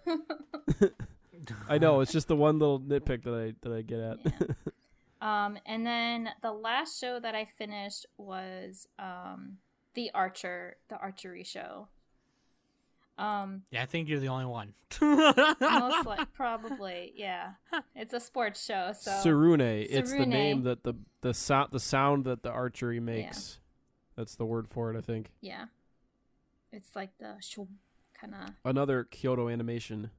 I know it's just the one little nitpick that I that I get at. um, and then the last show that I finished was um, the Archer, the archery show. Um, Yeah, I think you're the only one. most like probably, yeah. It's a sports show, so Sarune. It's the Sarune. name that the the sound the sound that the archery makes. That's the word for it, I think. yeah. It's like the shoo kind of Another Kyoto animation.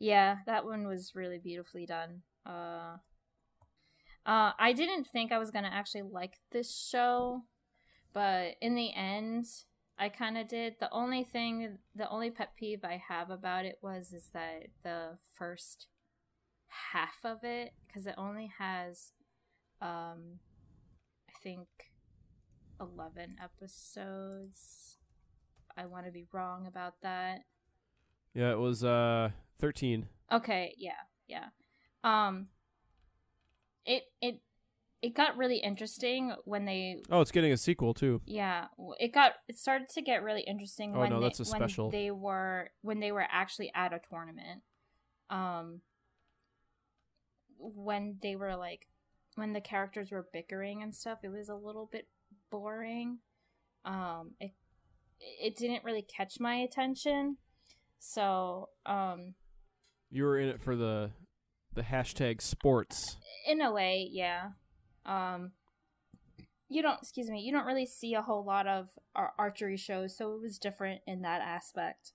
Yeah, that one was really beautifully done. Uh, uh, I didn't think I was gonna actually like this show, but in the end, I kind of did. The only thing, the only pet peeve I have about it was is that the first half of it, because it only has, um, I think, eleven episodes. I want to be wrong about that. Yeah, it was uh 13. Okay, yeah, yeah. Um it it it got really interesting when they Oh, it's getting a sequel too. yeah, w- it got it started to get really interesting Oh, when no, they, that's a when special. they were when they were actually at a tournament. Um when they were like when the characters were bickering and stuff, it was a little bit boring. Um it it didn't really catch my attention. So, um You were in it for the the hashtag sports. in a way, yeah. Um, you don't, excuse me, you don't really see a whole lot of ar- archery shows, so it was different in that aspect.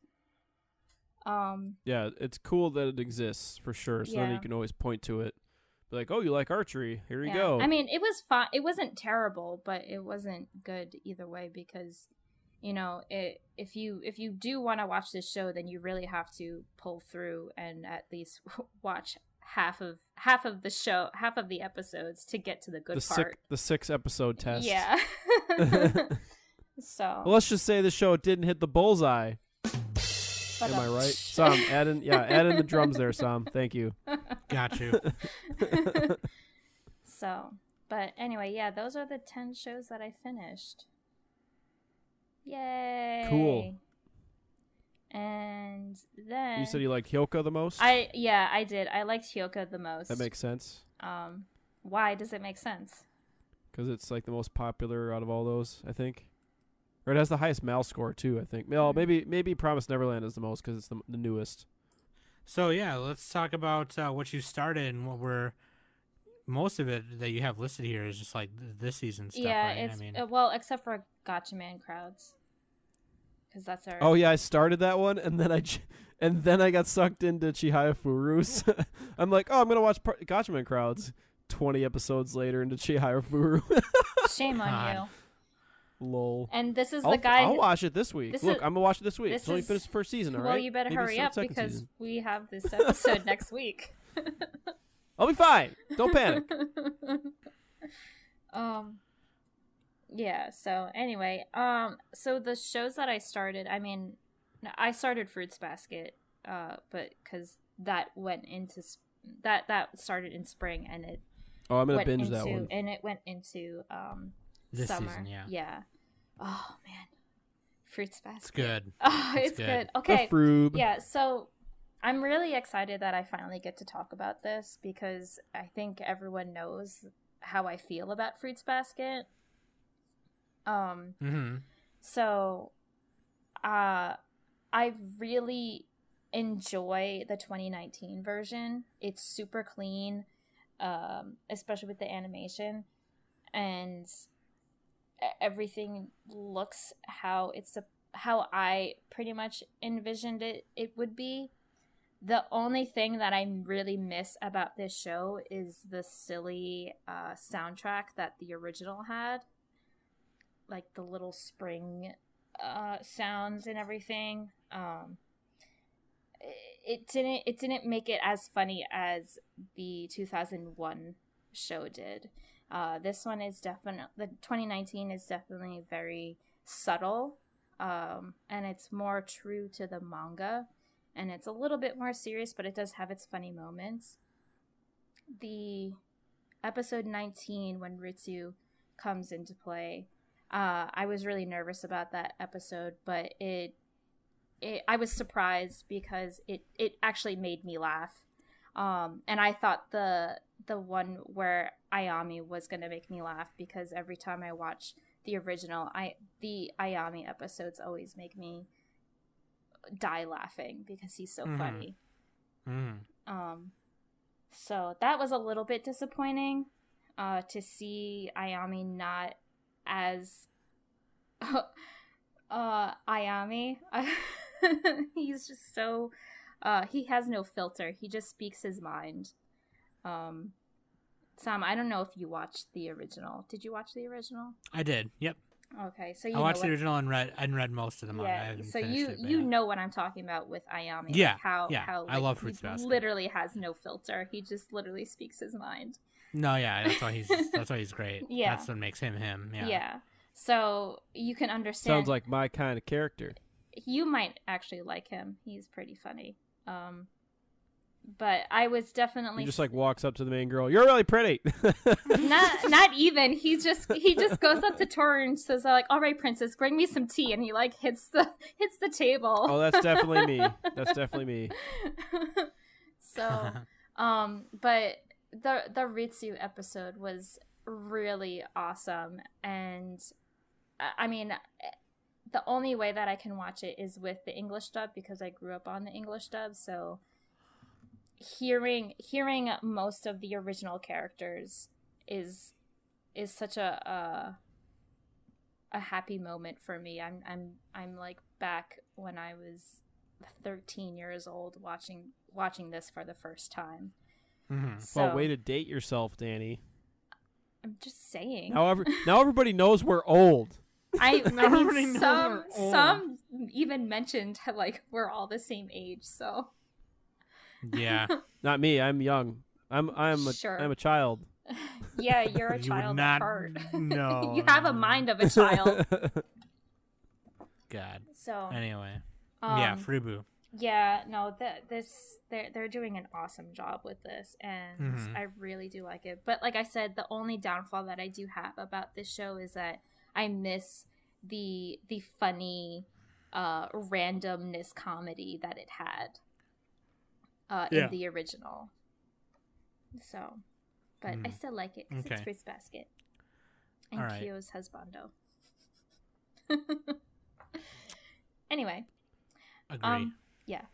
Um, Yeah, it's cool that it exists for sure. So then Yeah. you can always point to it. Be like, "Oh, you like archery? Here you yeah. go." I mean, it was fine. It wasn't terrible, but it wasn't good either way because, you know, it if you if you do want to watch this show, then you really have to pull through and at least watch half of half of the show, half of the episodes to get to the good the part. six the six episode test. Yeah. so. Well, let's just say the show didn't hit the bullseye. but, Am I uh, right? Sam, add in yeah, add in the drums there, Sam. Thank you. Got you. so, but anyway, yeah, those are the 10 shows that I finished. Yay. And then You said you liked Hyoka the most. I yeah, I did. I liked Hyoka the most. that makes sense um why does it make sense? because it's like the most popular out of all those, I think. Or it has the highest Mal score too, I think. Well, Hmm. maybe maybe Promise Neverland is the most because it's the, the newest. So yeah, let's talk about uh, what you started and what we're. Most of it that you have listed here is just like th- this season stuff, yeah, right? it's I mean, uh, well, except for Gotcha Man crowds. Cuz that's our Oh yeah, I started that one and then I j- and then I got sucked into Chihaya Furu's. I'm like, oh, I'm gonna watch Pro- Gotchaman crowds. Twenty episodes later into Chihaya Furu. shame on God. you. Lol. And this is I'll, the guy I'll who- watch it this week. this Look, is- I'm gonna watch it this week. this It's only is- finished first season. All right. Well, you better Maybe hurry start up second because season. we have this episode next week. I'll be fine. Don't panic. um yeah, so anyway, um so the shows that I started, I mean, no, I started Fruits Basket uh but cuz that went into s- that that started in spring and it Oh, I'm gonna went binge into that one. and it went into um this summer. season, yeah, Yeah. Oh man. Fruits Basket. it's good. Oh, It's it's, good. good. Okay. The froob. Yeah, so I'm really excited that I finally get to talk about this because I think everyone knows how I feel about Fruits Basket. Um, Mm-hmm. so uh I really enjoy the 2019 version. It's super clean, um, especially with the animation and e- everything looks how it's a, how I pretty much envisioned it it would be. The only thing that I really miss about this show is the silly uh, soundtrack that the original had like the little spring uh, sounds and everything. Um, it- it didn't it didn't make it as funny as the 2001 show did. Uh, this one is definitely the 2019 is definitely very subtle, um, and it's more true to the manga, and it's a little bit more serious, but it does have its funny moments. The episode 19 when Ritsu comes into play, uh, I was really nervous about that episode, but it, it I was surprised because it it actually made me laugh, um, and I thought the the one where Ayami was gonna make me laugh because every time I watch the original, I the Ayami episodes always make me die laughing because he's so Mhm. funny. Mm. Um, so that was a little bit disappointing uh, to see Ayami not as uh, Ayami. He's just so uh, he has no filter. He just speaks his mind. Um, Sam, I don't know if you watched the original. Did you watch the original? I did. Yep. Okay, so you I know watched what- the original and read and read most of them. on. it. I yeah. haven't So finished you it, but you yeah. know what I'm talking about with Ayami. like Yeah, how yeah. how I like, love he Fruits Basket. Literally has no filter. He just literally speaks his mind. No, yeah, that's why he's that's why he's great. Yeah. that's what makes him him. Yeah. Yeah, So you can understand. Sounds like my kind of character. you might actually like him. He's pretty funny. Um, but I was definitely He just like walks up to the main girl. You're really pretty. not not even. He just he just goes up to Torin and says like, "All right, princess, bring me some tea," and he like hits the hits the table. oh, that's definitely me. That's definitely me. Oh. so. Um, but the the Ritsu episode was really awesome, and I I mean, uh, the only way that I can watch it is with the English dub because I grew up on the English dub. So hearing hearing most of the original characters is is such a a, a happy moment for me. I'm I'm I'm like back when I was 13 years old watching watching this for the first time. Mhm. So Well, way to date yourself, Danny. I'm just saying. Now, every, now everybody knows we're old. I, I Nobody mean, knows some we're old. some even mentioned like we're all the same age. So yeah. Not me. I'm young. I'm I'm a, Sure. am a child. yeah, you're a You would child not at heart. know. you have a mind of a child. God. So Anyway, um, yeah, Frubu. Yeah, no, that this they're they're doing an awesome job with this, and Mhm. I really do like it. But like I said, the only downfall that I do have about this show is that I miss the the funny uh randomness comedy that it had uh Yeah. in the original. So, but I Mm. still like it 'cause Okay. it's Fruits Basket and All right. Kyo's husbando. anyway, Agree. um, yeah.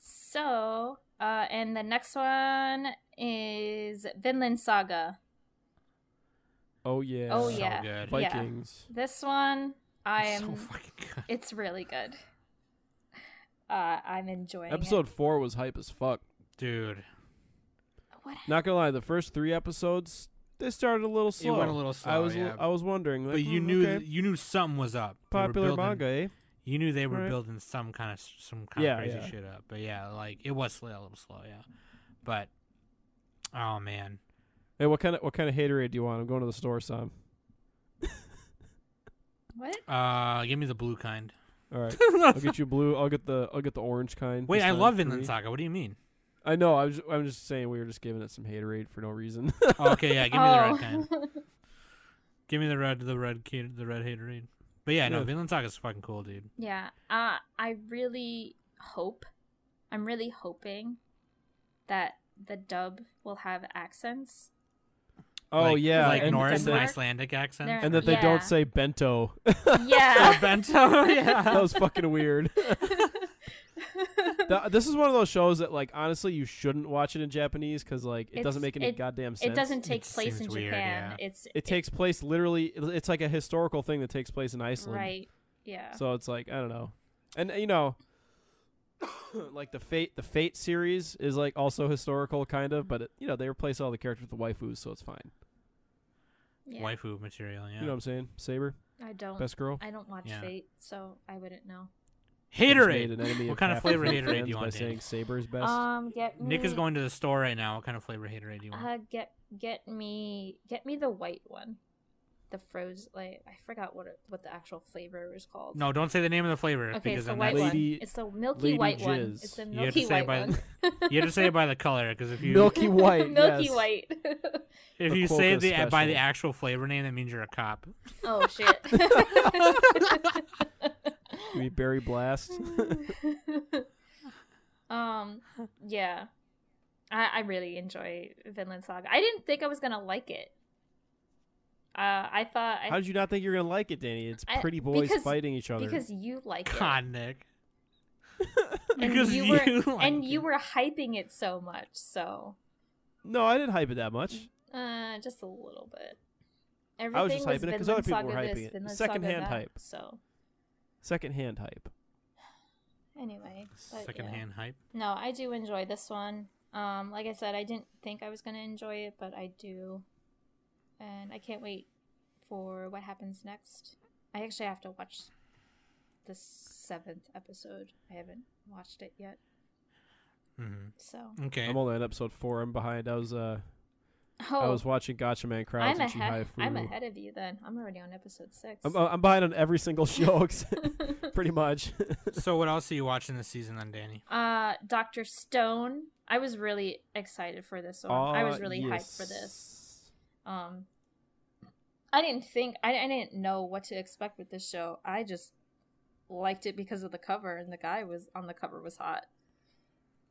So, uh, and the next one is Vinland Saga. Oh yeah. Oh, so yeah. good. Like- Vikings. This one, I'm. so fucking good. it's really good. Uh, I'm enjoying Episode It. four was hype as fuck. dude. What? hap- Not gonna lie, the first three episodes they started a little slow. It went a little I slow. was yeah. I was wondering, like, but you hmm, knew okay, you knew something was up. They were popular building- manga, eh? You knew they were Right. building some kind of some kind Yeah, of crazy yeah. shit up. But yeah, like it was slow, a little slow. Yeah, but oh man, Hey, what kind of what kind of haterade do you want? I'm going to the store, Sam. What? uh, give me the blue kind. All right, I'll get you blue. I'll get the I'll get the orange kind. Wait, this I time, love for Vinland me. Saga. What do you mean? I know. I was I'm just saying we were just giving it some haterade for no reason. Oh, okay, yeah, give me the Oh. red kind. Give me the red, the red kid, the red haterade. But yeah, no, Yeah. Vinland Saga is fucking cool, dude. Yeah. Uh, I really hope. I'm really hoping that the dub will have accents. oh Like- yeah, like and, Norse and, and Denmark? Icelandic accents. They're- and that they Yeah. don't say bento. Yeah. bento, that yeah. was fucking weird. Th- this is one of those shows that, like, honestly, you shouldn't watch it in Japanese because, like, it doesn't It's- make any it- goddamn sense. it doesn't take It place in seems weird, Japan. yeah. It's It takes place literally. it- It's like a historical thing that takes place in Iceland. right. Yeah. So it's like I don't know, and uh, you know, like the fate the fate series is like also historical kind of, but it, you know they replace all the characters with waifus, so it's fine. yeah. Waifu material, yeah. You know what I'm saying? Saber, I don't. best girl. I don't watch Yeah. Fate, so I wouldn't know. I just made Haterade. an enemy What of kind of half flavor the haterade do fans you by want, Danny? saying Saber's best? Um, get me, Nick is going to the store right now. What kind of flavor haterade do you want? Uh, get get me get me the white one, the froze. Like I forgot what it, what the actual flavor was called. no, don't say the name of the flavor Okay, because it's the then white that's- Lady- one. It's the milky Lady white one. Jizz. It's the You have milky to say white it by one. the, you have to say it by the color because if you Milky white. milky yes. white. if the you say Quokka the by the special. actual flavor name, that means you're a cop. oh You mean Barry Blast. Mm-hmm. shit. um. Yeah. I, I really enjoy Vinland Saga. I didn't think I was gonna like it. Uh, I thought I How did you not think you were gonna like it, Danny? It's I- pretty boys because- fighting each other. because you like it. God, Nick. And Because you were you liked and it. you were hyping it so much, so No, I didn't hype it that much. uh, just a little bit. Everything I was just hyping it 'cause because other people were hyping it. Secondhand hype. So Secondhand hype. anyway, but yeah. Secondhand hype. No, I do enjoy this one. Um, like I said, I didn't think I was gonna enjoy it, but I do, and I can't wait for what happens next. I actually have to watch the seventh episode. I haven't watched it yet, Mm-hmm. so Okay. I'm only on episode four. I'm behind. I was uh, oh, I was watching Gotcha Man Crowds I'm and Chi ahead. Fu. I'm ahead of you. Then I'm already on episode 6 I'm, uh, I'm behind on every single show, except- pretty much. so what else are you watching this season then, Danny? uh, Doctor Stone. I was really excited for this one. I Ah, was really hyped for this. um i didn't think I, I didn't know what to expect with this show i just liked it because of the cover and the guy was on the cover was hot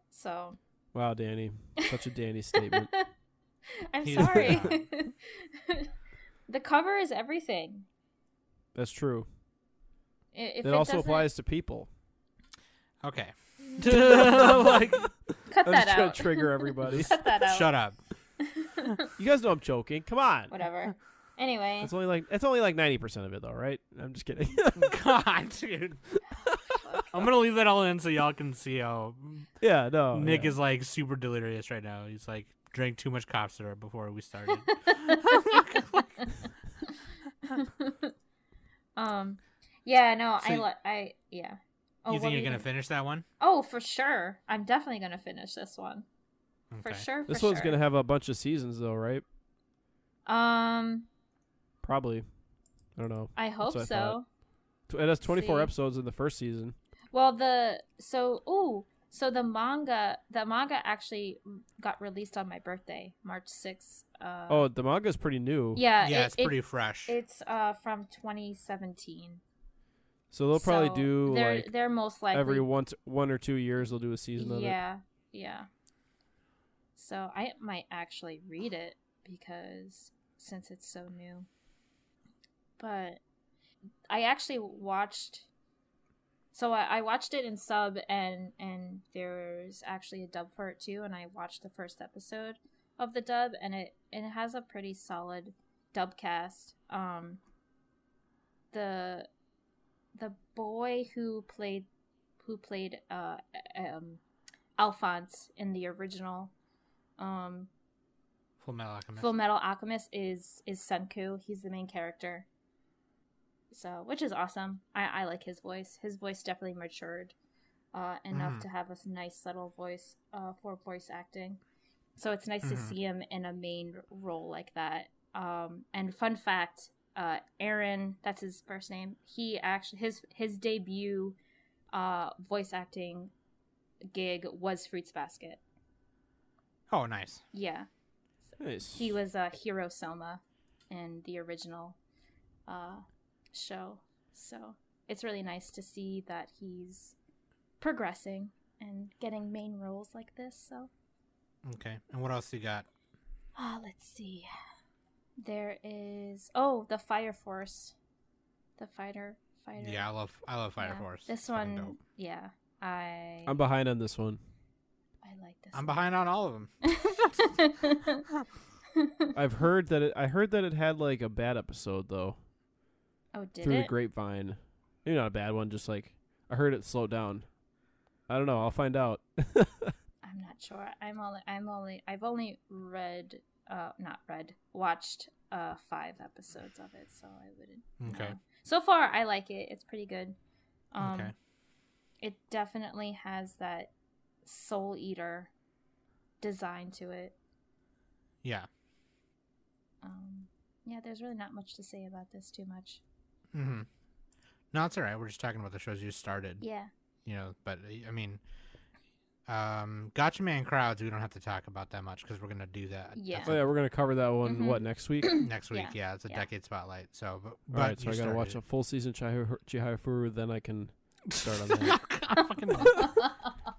so Wow, Danny, such a Danny statement. i'm He's sorry hot. the cover is everything That's true. I- if it, also doesn't- applies to people. Okay. like, cut I'm that just trying out to trigger everybody. cut that out Shut up. you guys know I'm joking. Come on. whatever anyway It's only like it's only like ninety percent of it though, right? I'm just kidding. God, dude. I'm gonna leave that all in so y'all can see how yeah, no. Nick Oh, yeah. is like super delirious right now. He's like drank too much cough syrup before we started. um yeah no i So- li- i yeah Oh, you what think were you're gonna gonna- finish that one? Oh, for sure. I'm definitely gonna finish this one. For Okay. sure. This for one's sure. gonna have a bunch of seasons though, right? Um, Probably. I don't know. I hope what I so. thought. Tw- It has twenty four See. episodes in the first season. Well, the so ooh, so the manga, the manga actually got released on my birthday, March sixth. Uh, Oh, the manga's pretty new. yeah, yeah, Uh, it- it's it- pretty fresh. It's uh from 2017. So they'll probably So do They're like they're most likely every once one or two years they'll do a season of it. Yeah, yeah. So I might actually read it because since it's so new. But I actually watched. So I, I watched it in sub, and and there's actually a dub for it too. And I watched the first episode of the dub, and it and it has a pretty solid dub cast. Um, the the boy who played who played uh um Alphonse in the original um Full Metal Alchemist. Full Metal Alchemist is is Senku. He's the main character. So which is awesome. I, I like his voice. His voice definitely matured uh enough Mhm. to have a nice subtle voice uh for voice acting. So it's nice to Mhm. see him in a main role like that. Um and fun fact, uh Aaron, that's his first name. He actually his his debut uh voice acting gig was Fruits Basket. oh, nice. Yeah. Nice. He was a uh, hero Selma in the original uh, show. So it's really nice to see that he's progressing and getting main roles like this. So Okay. And what else you got? ah, let's see. There is oh the Fire Force, the fighter fighter. Yeah, I love I love Fire Yeah. Force. This Fucking one, dope. yeah, I I'm behind on this one. I like this. I'm behind on all of them. behind. I've heard that it I heard that it had like a bad episode though. oh, did through it? the grapevine. Maybe not a bad one, just like I heard it slowed down. I don't know, I'll find out. I'm not sure. I'm only I'm only I've only read uh not read watched uh five episodes of it, so I wouldn't. Okay. know. So far, I like it. It's pretty good. Um, Okay. It definitely has that soul eater design to it. Yeah. Um, yeah, there's really not much to say about this too much. Mm-hmm. No, it's all right. We're just talking about the shows you started. Yeah. You know, but uh, I- I mean, um, Gotcha Man crowds. We don't have to talk about that much because we're gonna do that. Yeah. that's oh yeah, we're gonna cover that one Mhm. what next week? next week. Yeah, Yeah, it's a yeah. decade spotlight. So, but, but All right, so you I gotta started watch it. a full season Chihai- Chihayafuru, then I can start on that. God, fucking-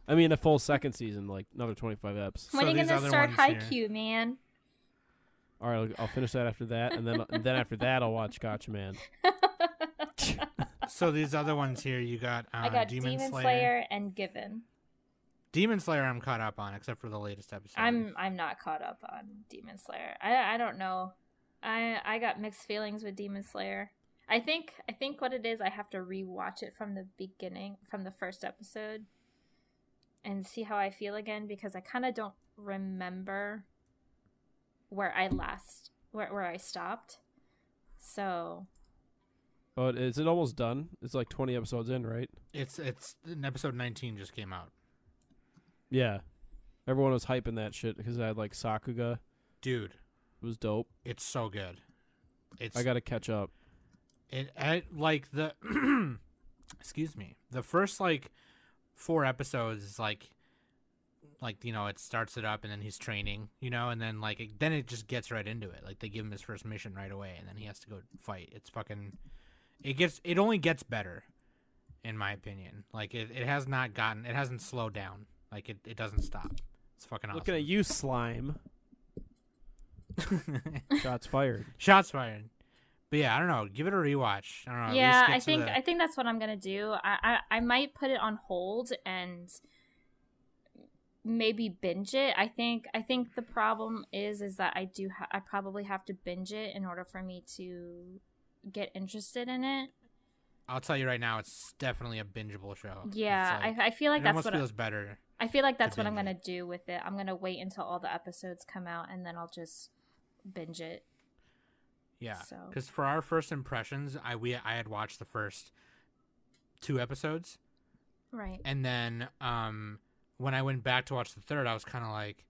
I mean, a full second season, like another 25 eps. when are you these gonna other start ones Haikyuu, here- man? All right, I'll, I'll finish that after that, and then and then after that, I'll watch Gotcha Man. So these other ones here, you got, uh, I got Demon, Slayer. and Given. Demon Slayer, I'm caught up on, except for the latest episode. I'm I'm not caught up on Demon Slayer. I I don't know. I I got mixed feelings with Demon Slayer. I think I think what it is I have to rewatch it from the beginning, from the first episode and see how I feel again because I kind of don't remember where I last where where I stopped. So, Oh, it- is it almost done? It's like 20 episodes in, right? It's it's an episode 19 just came out, Yeah. Everyone was hyping that shit because I had like Sakuga. dude. It was dope. It's so good. It's I got to catch up. it I, like the excuse me the first like four episodes is like like you know it starts it up and then he's training you know and then like it, then it just gets right into it like they give him his first mission right away and then he has to go fight it's fucking it gets it only gets better in my opinion like it, it has not gotten it hasn't slowed down like it, it doesn't stop it's fucking awesome Looking at you, slime. Shots fired. shots fired but yeah i don't know give it a rewatch i don't know at yeah, least Uh, get I to think the- I think that's what I'm going to do. I, I I might put it on hold and maybe binge it. I think I think the problem is is that I do ha- I probably have to binge it in order for me to get interested in it. I'll tell you right now, it's definitely a bingeable show. Yeah, It's like- I, I feel like it that's almost what I- feels better. I feel like that's what I'm binge gonna it. do with it. I'm gonna wait until all the episodes come out and then I'll just binge it. Yeah, So- because for our first impressions, I we I had watched the first two episodes, Right. and then um when I went back to watch the third, I was kind of like,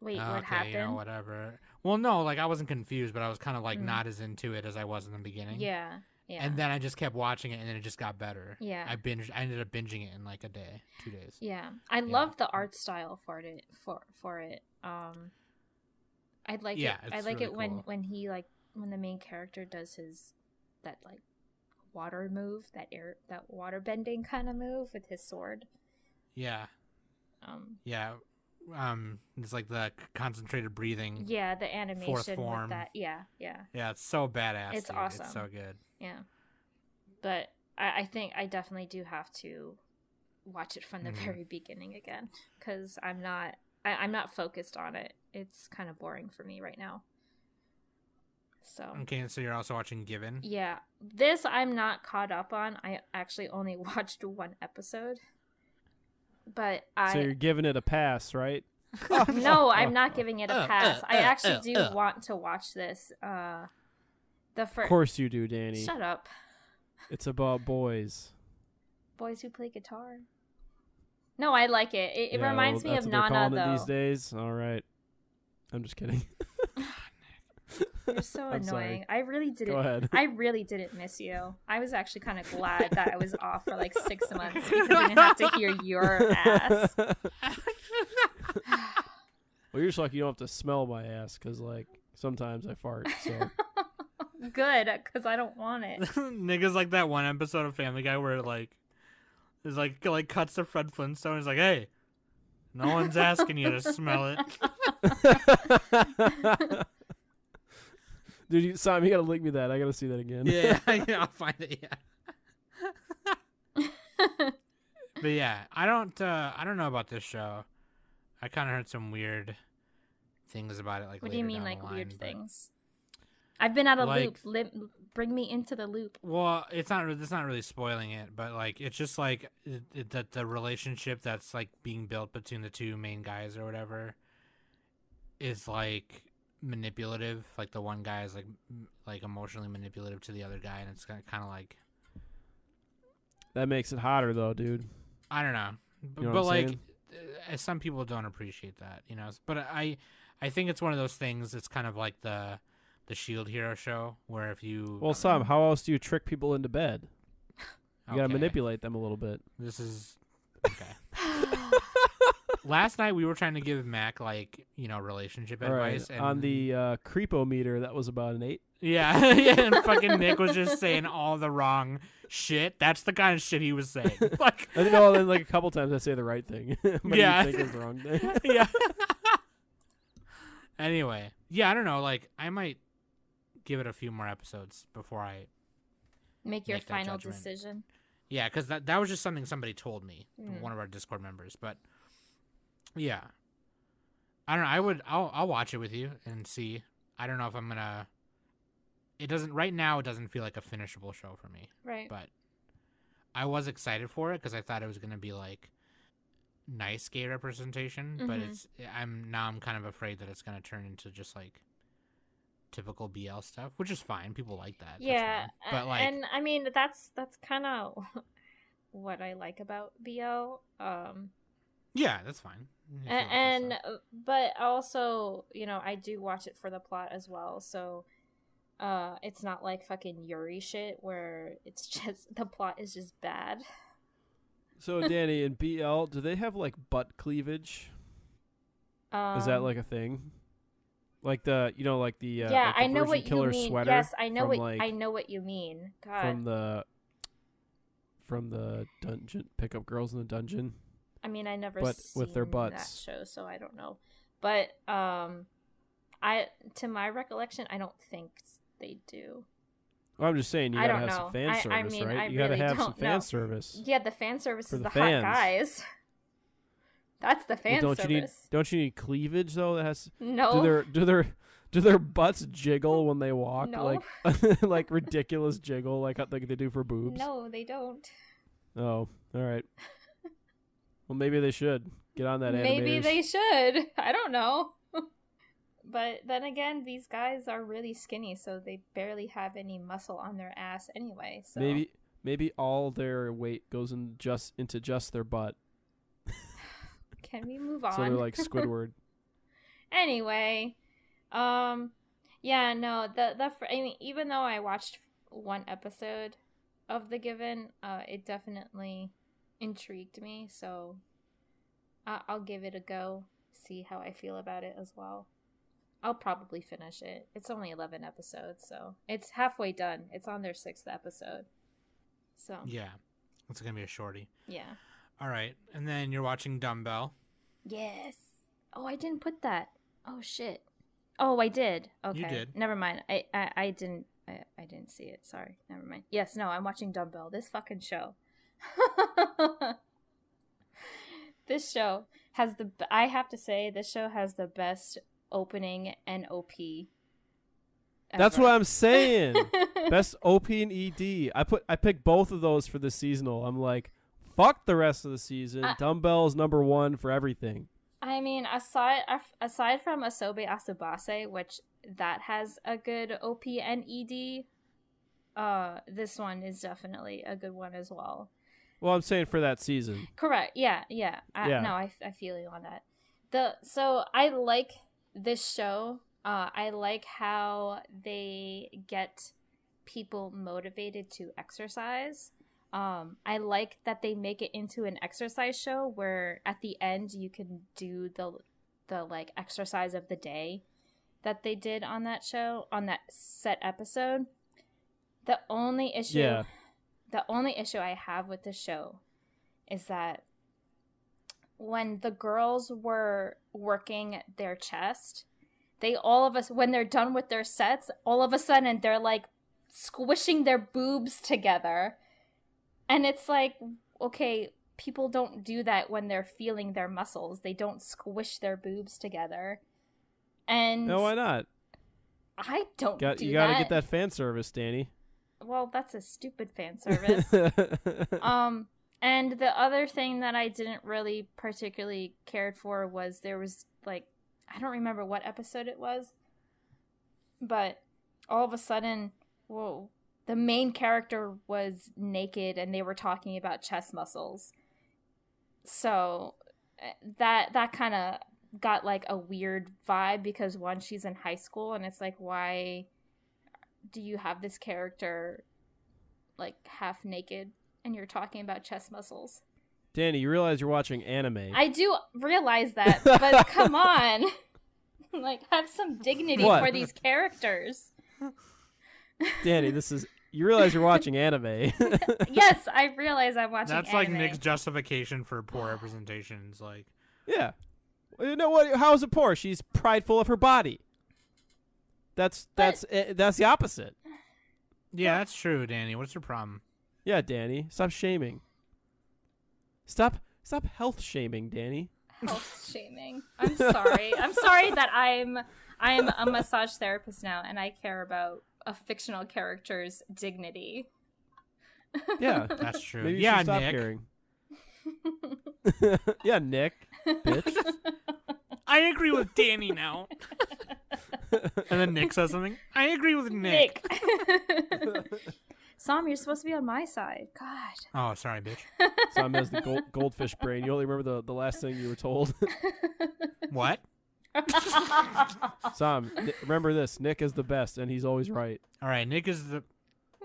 Wait, "Oh, what okay, happened? you know, whatever. Well, no, like I wasn't confused, but I was kind of like Mm. not as into it as I was in the beginning. yeah. Yeah. And then I just kept watching it, and then it just got better. Yeah. I binged. I ended up binging it in like a day, two days. yeah. I Yeah. love the art style for it for for it. Um I'd like Yeah, it I it's like really it when cool. when he like when the main character does his that like water move, that air that water bending kind of move with his sword. Yeah, Um yeah. Um, it's like the c- concentrated breathing. yeah, the animation Mm. form. with that. Yeah, yeah. Yeah, it's so badass. It's dude. awesome. It's so good. Yeah. But I, I think I definitely do have to watch it from the Mhm. very beginning again because I'm not I, I'm not focused on it. It's kind of boring for me right now. So Okay, so you're also watching Given. yeah, this I'm not caught up on. I actually only watched one episode, but I So you're giving it a pass, right? no, I'm not giving it a Uh, pass. uh, I uh, actually uh, do uh. want to watch this. Uh, the Of first course you do, Danny. shut up, It's about boys. boys who play guitar. No, I like it. It, it Yeah, reminds well, me that's what of they're Nana calling though. It these days. All right. I'm just kidding. You're so I'm annoying. sorry. I really didn't. Go ahead. I really didn't miss you. I was actually kind of glad that I was off for like six months because I didn't have to hear your ass. well, you're just lucky you don't have to smell my ass because, like, sometimes I fart. So Good, because I don't want it. Niggas like that one episode of Family Guy where it like is like like cuts to Fred Flintstone. He's like, hey, no one's asking you to smell it. Dude, you, Simon, you gotta link me that. I gotta see that again. Yeah, yeah, I'll find it. Yeah. but yeah, I don't. uh I don't know about this show. I kind of heard some weird things about it. Like, What do you later mean, down the like weird line, but- things? I've been out of Like- loop. Lip, bring me into the loop. Well, it's not. re- It's not really spoiling it, but like it's just like it, it, that the relationship that's like being built between the two main guys or whatever is like manipulative. Like the one guy is like m- like emotionally manipulative to the other guy, and it's kind of like That makes it hotter, though, dude. I don't know, B- You know but what I'm like uh, some people don't appreciate that, you know. But I I think it's one of those things. It's kind of like the the Shield Hero show where if you Well, Sam, how else do you trick people into bed? You gotta Okay. manipulate them a little bit. This is okay. Last night we were trying to give Mac like you know relationship All right. advice and On the uh, creepo meter, that was about an eight. yeah yeah and fucking Nick was just saying all the wrong shit. That's the kind of shit he was saying. Like I think all in like a couple times I say the right thing. but Yeah. I think it's the wrong thing. yeah. anyway, yeah, I don't know. Like I might give it a few more episodes before I Make your Make that final judgment. decision. Yeah, because that, that was just something somebody told me, Mm. one of our Discord members. But yeah, I don't know. I would I'll I'll watch it with you and see. I don't know if I'm gonna. It doesn't right now. It doesn't feel like a finishable show for me, Right. but I was excited for it because I thought it was gonna be like nice gay representation. But Mhm. it's I'm now I'm kind of afraid that it's gonna turn into just like typical BL stuff, which is fine. People like that. that's yeah. fine. a- but like and I mean that's that's kind of what I like about BL. Um yeah, that's fine. If you A- like that and stuff. uh, but also you know i do watch it for the plot as well so uh it's not like fucking yuri shit where it's just the plot is just bad So Danny in BL, do they have like butt cleavage? um, Is that like a thing? Like the you know like the uh, yeah, like the i know Virgin what killer you mean sweater yes i know from, what like, i know what you mean god from the from the dungeon pickup girls in the dungeon. I mean, I never but with their seen butts. that show, so I don't know. But um, I to my recollection, I don't think they do. Well, I'm just saying you I gotta don't have know. some fan I- I service, mean, right? I you gotta really have some don't fan know. service. Yeah, the fan service For is the the, hot fans. guys. That's the fan Well, don't you need service. don't you need cleavage though? That has do no, their do their do their butts jiggle when they walk No. like like ridiculous jiggle like I think they do for boobs. no, they don't. Oh, all right. well, maybe they should get on that. Maybe animators. they should. I don't know. but then again, these guys are really skinny, so they barely have any muscle on their ass anyway. So Maybe maybe all their weight goes in just into just their butt, can we move on? so they're like Squidward. anyway um yeah no the the fr- i mean even though i watched one episode of the given uh it definitely intrigued me so I- i'll give it a go see how i feel about it as well i'll probably finish it it's only 11 episodes so it's halfway done it's on their sixth episode so yeah Yeah, it's gonna be a shorty. yeah All right, and then you're watching Dumbbell. yes oh i didn't put that oh shit Oh, I did. Okay. did. Never mind. I I, I didn't I, I didn't see it. Sorry. Never mind. Yes, no, I'm watching Dumbbell. This fucking show. this show has the b- I have to say this show has the best opening and OP. That's what I'm saying. I'm Best OP and ED. I put I picked both of those for the seasonal. I'm like, fuck the rest of the season. I- Dumbbells number one for everything. I mean, aside af- aside from Asobe Asobase, which that has a good OP and ED, E uh this one is definitely a good one as well. Well, I'm saying for that season. Correct. Yeah, yeah. I, Yeah. No, I, I feel you on that. The so I like this show. Uh, I like how they get people motivated to exercise. Um, I like that they make it into an exercise show where at the end you can do the the like exercise of the day that they did on that show on that set episode. The only issue Yeah. the only issue I have with the show is that when the girls were working their chest, they all of us when they're done with their sets, all of a sudden they're like squishing their boobs together. And it's like, okay, people don't do that when they're feeling their muscles. They don't squish their boobs together. And No, why not? I don't Got do you gotta that. get that fan service, Danny. Well, that's a stupid fan service. um and the other thing that i didn't really particularly cared for was there was like i don't remember what episode it was but all of a sudden whoa the main character was naked and they were talking about chest muscles so eh, that that kind of got like a weird vibe because one she's in high school and it's like why do you have this character like half naked and you're talking about chest muscles. Danny, you realize you're watching anime. I do realize that, but come on. like have some dignity What? for these characters. Danny, this is you realize you're watching anime. Yes, I realize I'm watching That's like anime. Nick's justification for poor representations. Like, yeah. Well, You know what? How is it poor? She's prideful of her body. That's But- that's eh, that's the opposite. Yeah, that's true, Danny. What's your problem? Yeah, Danny, stop shaming. Stop, stop health shaming, Danny. health shaming. I'm sorry. I'm sorry that I'm I'm a massage therapist now and I care about a fictional character's dignity. Yeah, That's true. maybe you yeah, should stop Nick. caring. yeah, Nick, bitch. I agree with Danny now. and then Nick says something. I agree with Nick. Nick. Sam, you're supposed to be on my side. God. Oh, sorry, bitch. Sam has the gold, goldfish brain. You only remember the, the last thing you were told. What? Sam, Ni- remember this. Nick is the best, and he's always right. All right, Nick is the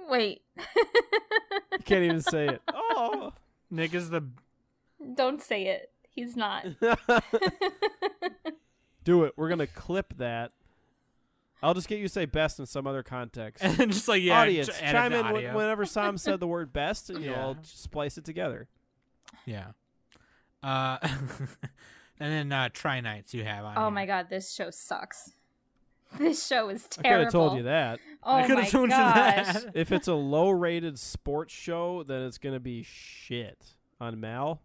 Wait. You can't even say it. Oh. Nick is the Don't say it. He's not. Do it. We're gonna clip that. I'll just get you to say best in some other context. and just like yeah. audience, j- edit chime the in wh- audio. whenever Sam said the word best, and you know, Yeah. I'll just splice it together. Yeah. Uh, and then uh, Tri Nights you have on. Oh my god, this show sucks. This show is I could terrible. have told you that. Oh I could my have tuned gosh. to that. If it's a low-rated sports show, then it's gonna be shit on Mal.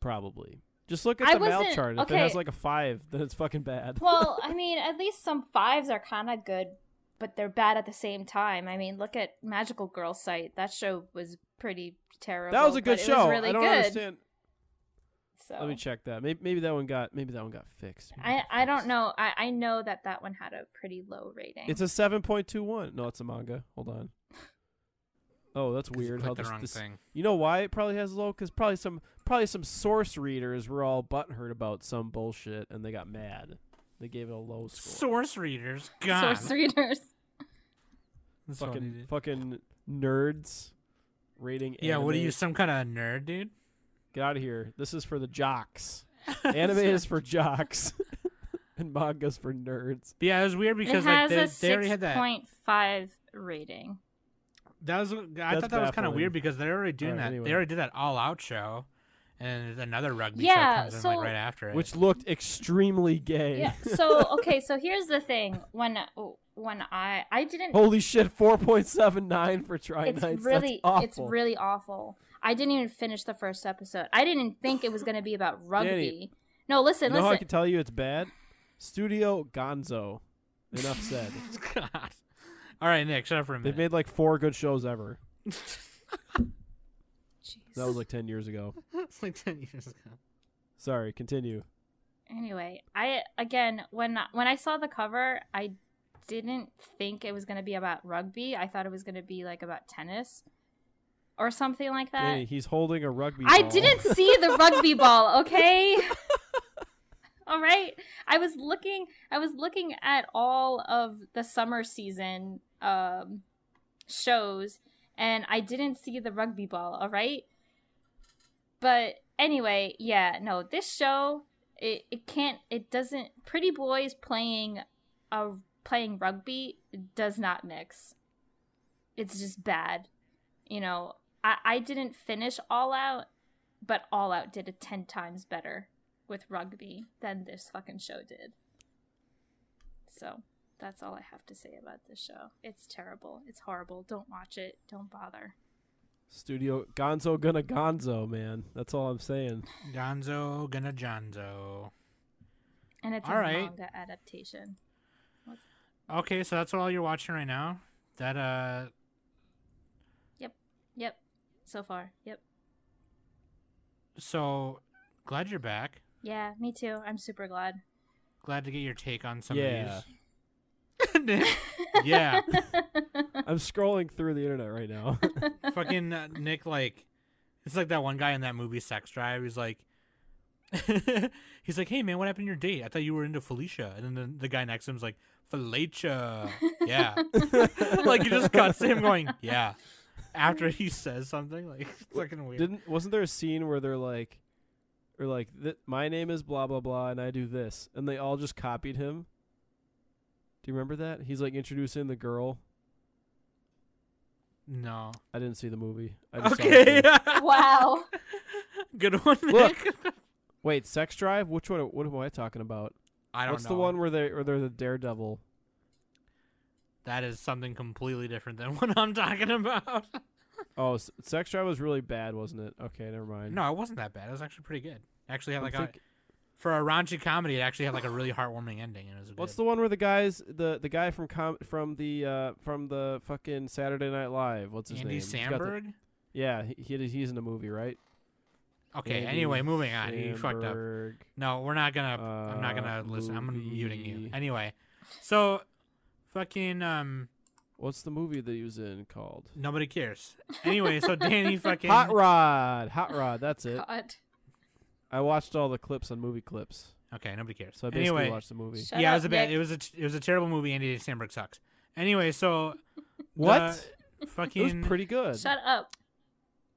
Probably. Just look at I the Mal wasn't- chart. If it has okay. like a five, then it's fucking bad. well, I mean, at least some fives are kind of good, but they're bad at the same time. I mean, look at Magical Girl Site. That show was pretty terrible. that was a good but show. It was really I don't good. understand. So Let me check that. Maybe, maybe that one got maybe that one got fixed. Maybe I it got I don't fixed. know. I I know that that one had a pretty low rating. It's a seven point two one. No, it's a manga. Hold on. Oh, that's weird. How the this, wrong this- thing. You know why it probably has low? Because probably some probably some source readers were all butthurt about some bullshit and they got mad. They gave it a low score. Source readers. God. source readers. That's what he fucking did. fucking nerds rating. yeah, what are you, anime. some kind of nerd, dude? Get out of here. This is for the jocks. anime is for jocks, and manga's for nerds. But yeah, it was weird because it has like they, a they already six had that. point five rating. That was I thought that was kind of baffling. weird because they're already doing Alright, that. anyway. They already did that all out show, and another rugby Yeah, show comes in so- like right after it. Which looked extremely gay. Yeah. So okay. So here's the thing. When when I I didn't Holy shit, four point seven nine for Tri it's Knights. That's really awful. it's really awful. I didn't even finish the first episode. I didn't think it was going to be about rugby. Danny, no, You listen, know how I listen. can tell you it's bad? Studio Gonzo. Enough said. God. All right, Nick, shut up for a They've minute. made like four good shows ever. Jeez. That was like ten years ago. it's like ten years ago. Sorry, continue. anyway, I again when when I saw the cover, I didn't think it was going to be about rugby. I thought it was going to be like about tennis or something like that. Danny, he's holding a rugby. Uh, I ball. didn't see the rugby ball, okay? all right. I was looking I was looking at all of the summer season um shows and I didn't see the rugby ball, all right? But anyway, yeah, no, this show it, it can't it doesn't pretty boys playing uh playing rugby does not mix. It's just bad. You know, I, I didn't finish All Out, but All Out did it 10 times better with rugby than this fucking show did. So that's all I have to say about this show. It's terrible. It's horrible. Don't watch it. Don't bother. Studio Gonzo gonna Gonzo, man. That's all I'm saying. Gonzo gonna Jonzo. And it's All a right. manga adaptation. Okay, so that's all you're watching right now. That uh, Yep. So far. Yep. so glad you're back. Yeah, me too. I'm super glad. Glad to get your take on some Yeah. of these. Nick, yeah, I'm scrolling through the internet right now. fucking uh, Nick, like, it's like that one guy in that movie Sex Drive. He's like, he's like, hey man, what happened to your date? I thought you were into Felicia, and then the, the guy next to him's like, Felicia, yeah. like it just cuts to him going, yeah. After he says something, like it's fucking weird. Didn't wasn't there a scene where they're like, or like, th- my name is blah blah blah, and I do this, and they all just copied him. Do you remember that? He's like introducing the girl. no. I didn't see the movie. I just saw the Okay. video. wow. Good one. Look. Nick. Wait, Sex Drive. Which one? What am I talking about? I don't What's know. the one where they or they're the daredevil? That is something completely different than what I'm talking about. Oh, S- Sex Drive was really bad, wasn't it? Okay, never mind. no, it wasn't that bad. It was actually pretty good. Actually had I'm like a think- for a raunchy comedy, it actually had like a really heartwarming ending and it was good. What's the one where the guys the the guy from com- from the uh from the fucking Saturday Night Live? What's his Andy name? He's got the- Samberg? yeah, he, he he's in a movie, right? Okay, Andy anyway, moving on. You fucked up. Samberg. No, we're not gonna. I'm not gonna Uh, listen. I'm muting you movie. anyway. So, fucking um, What's the movie that he was in called? nobody cares. Anyway, so Danny fucking Hot Rod. Hot Rod. That's it. God. I watched all the clips on movie clips, Okay, nobody cares. so I basically anyway, watched the movie. Shut yeah, it up, was a bad. Nick. It was a it was a terrible movie. Andy Samberg sucks. Anyway, so What? the It was fucking pretty good. Shut up.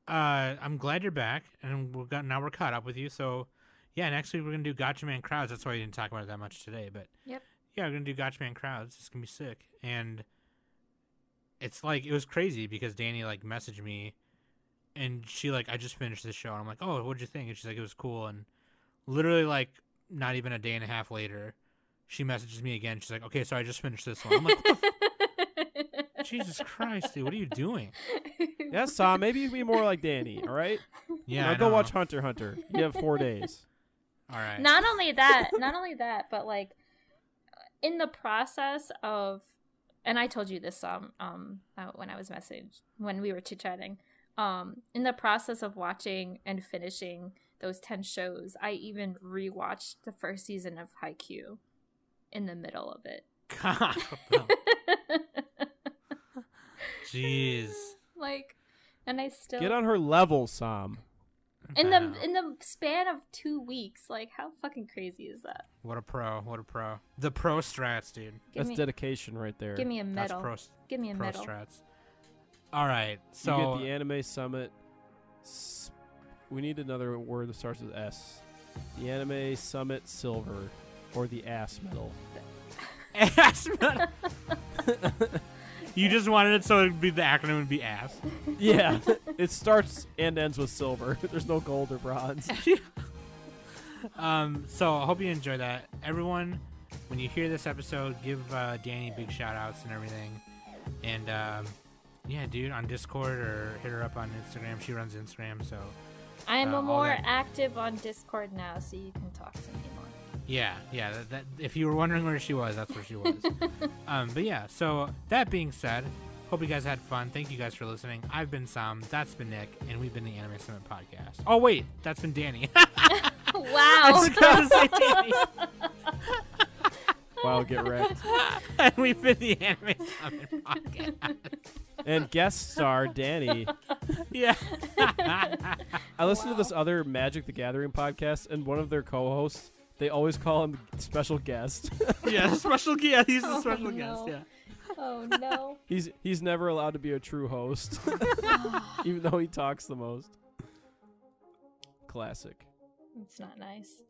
uh, I'm glad you're back, and we're got, now we're caught up with you. So, yeah, next week we're gonna do Gotcha Man crowds. That's why we didn't talk about it that much today, but Yep. yeah, we're gonna do Gotcha Man crowds. It's gonna be sick, and it's like it was crazy because Danny like messaged me, and she like I just finished this show, and I'm like, oh, what'd you think? And she's like, it was cool, and literally like not even a day and a half later, she messages me again. She's like, okay, so I just finished this one. I'm like, Jesus Christ, dude, what are you doing? Yeah, Sam. Maybe you can be more like Danny. All right. Yeah, Now I go know. watch Hunter x Hunter. You have four days. All right. not only that, not only that, but like in the process of, and I told you this um um uh, when I was messaged when we were chit chatting, um in the process of watching and finishing those ten shows, I even rewatched the first season of Haikyuu in the middle of it. God, jeez. like, and I still Get on her level, Sam. in the Wow. in the span of two weeks. Like, how fucking crazy is that? What a pro! What a pro! The pro strats, dude. Give That's me, dedication right there. give me a medal. That's give me a pro, pro medal. strats. All right, you so get the anime summit. s- We need another word that starts with S. The anime summit silver, or the ass medal. ass. man. you just wanted it so it'd be the acronym would be ass. Yeah, it starts and ends with silver. There's no gold or bronze. Um, so I hope you enjoy that, everyone. When you hear this episode, give uh, Danny big shout outs and everything. And um, yeah, dude, on Discord or hit her up on Instagram. She runs Instagram, so I'm uh, a all more that- active on Discord now, so you can talk to me more. Yeah, yeah. That, that, if you were wondering where she was, that's where she was. um, but yeah, so that being said, hope you guys had fun. Thank you guys for listening. I've been Sam, that's been Nick, and we've been the Anime Summit Podcast. Oh, wait, that's been Danny. I Wow. forgot to say Danny. wow, get wrecked. and we've been the Anime Summit Podcast. And guest star Danny. Yeah. I listened to this other Magic the Gathering podcast, and one of their co-hosts, they always call him special guest. yeah, the special guest. Yeah, he's the Oh, special no. guest, yeah. oh no. he's he's never allowed to be a true host, even though he talks the most. Classic. It's not nice.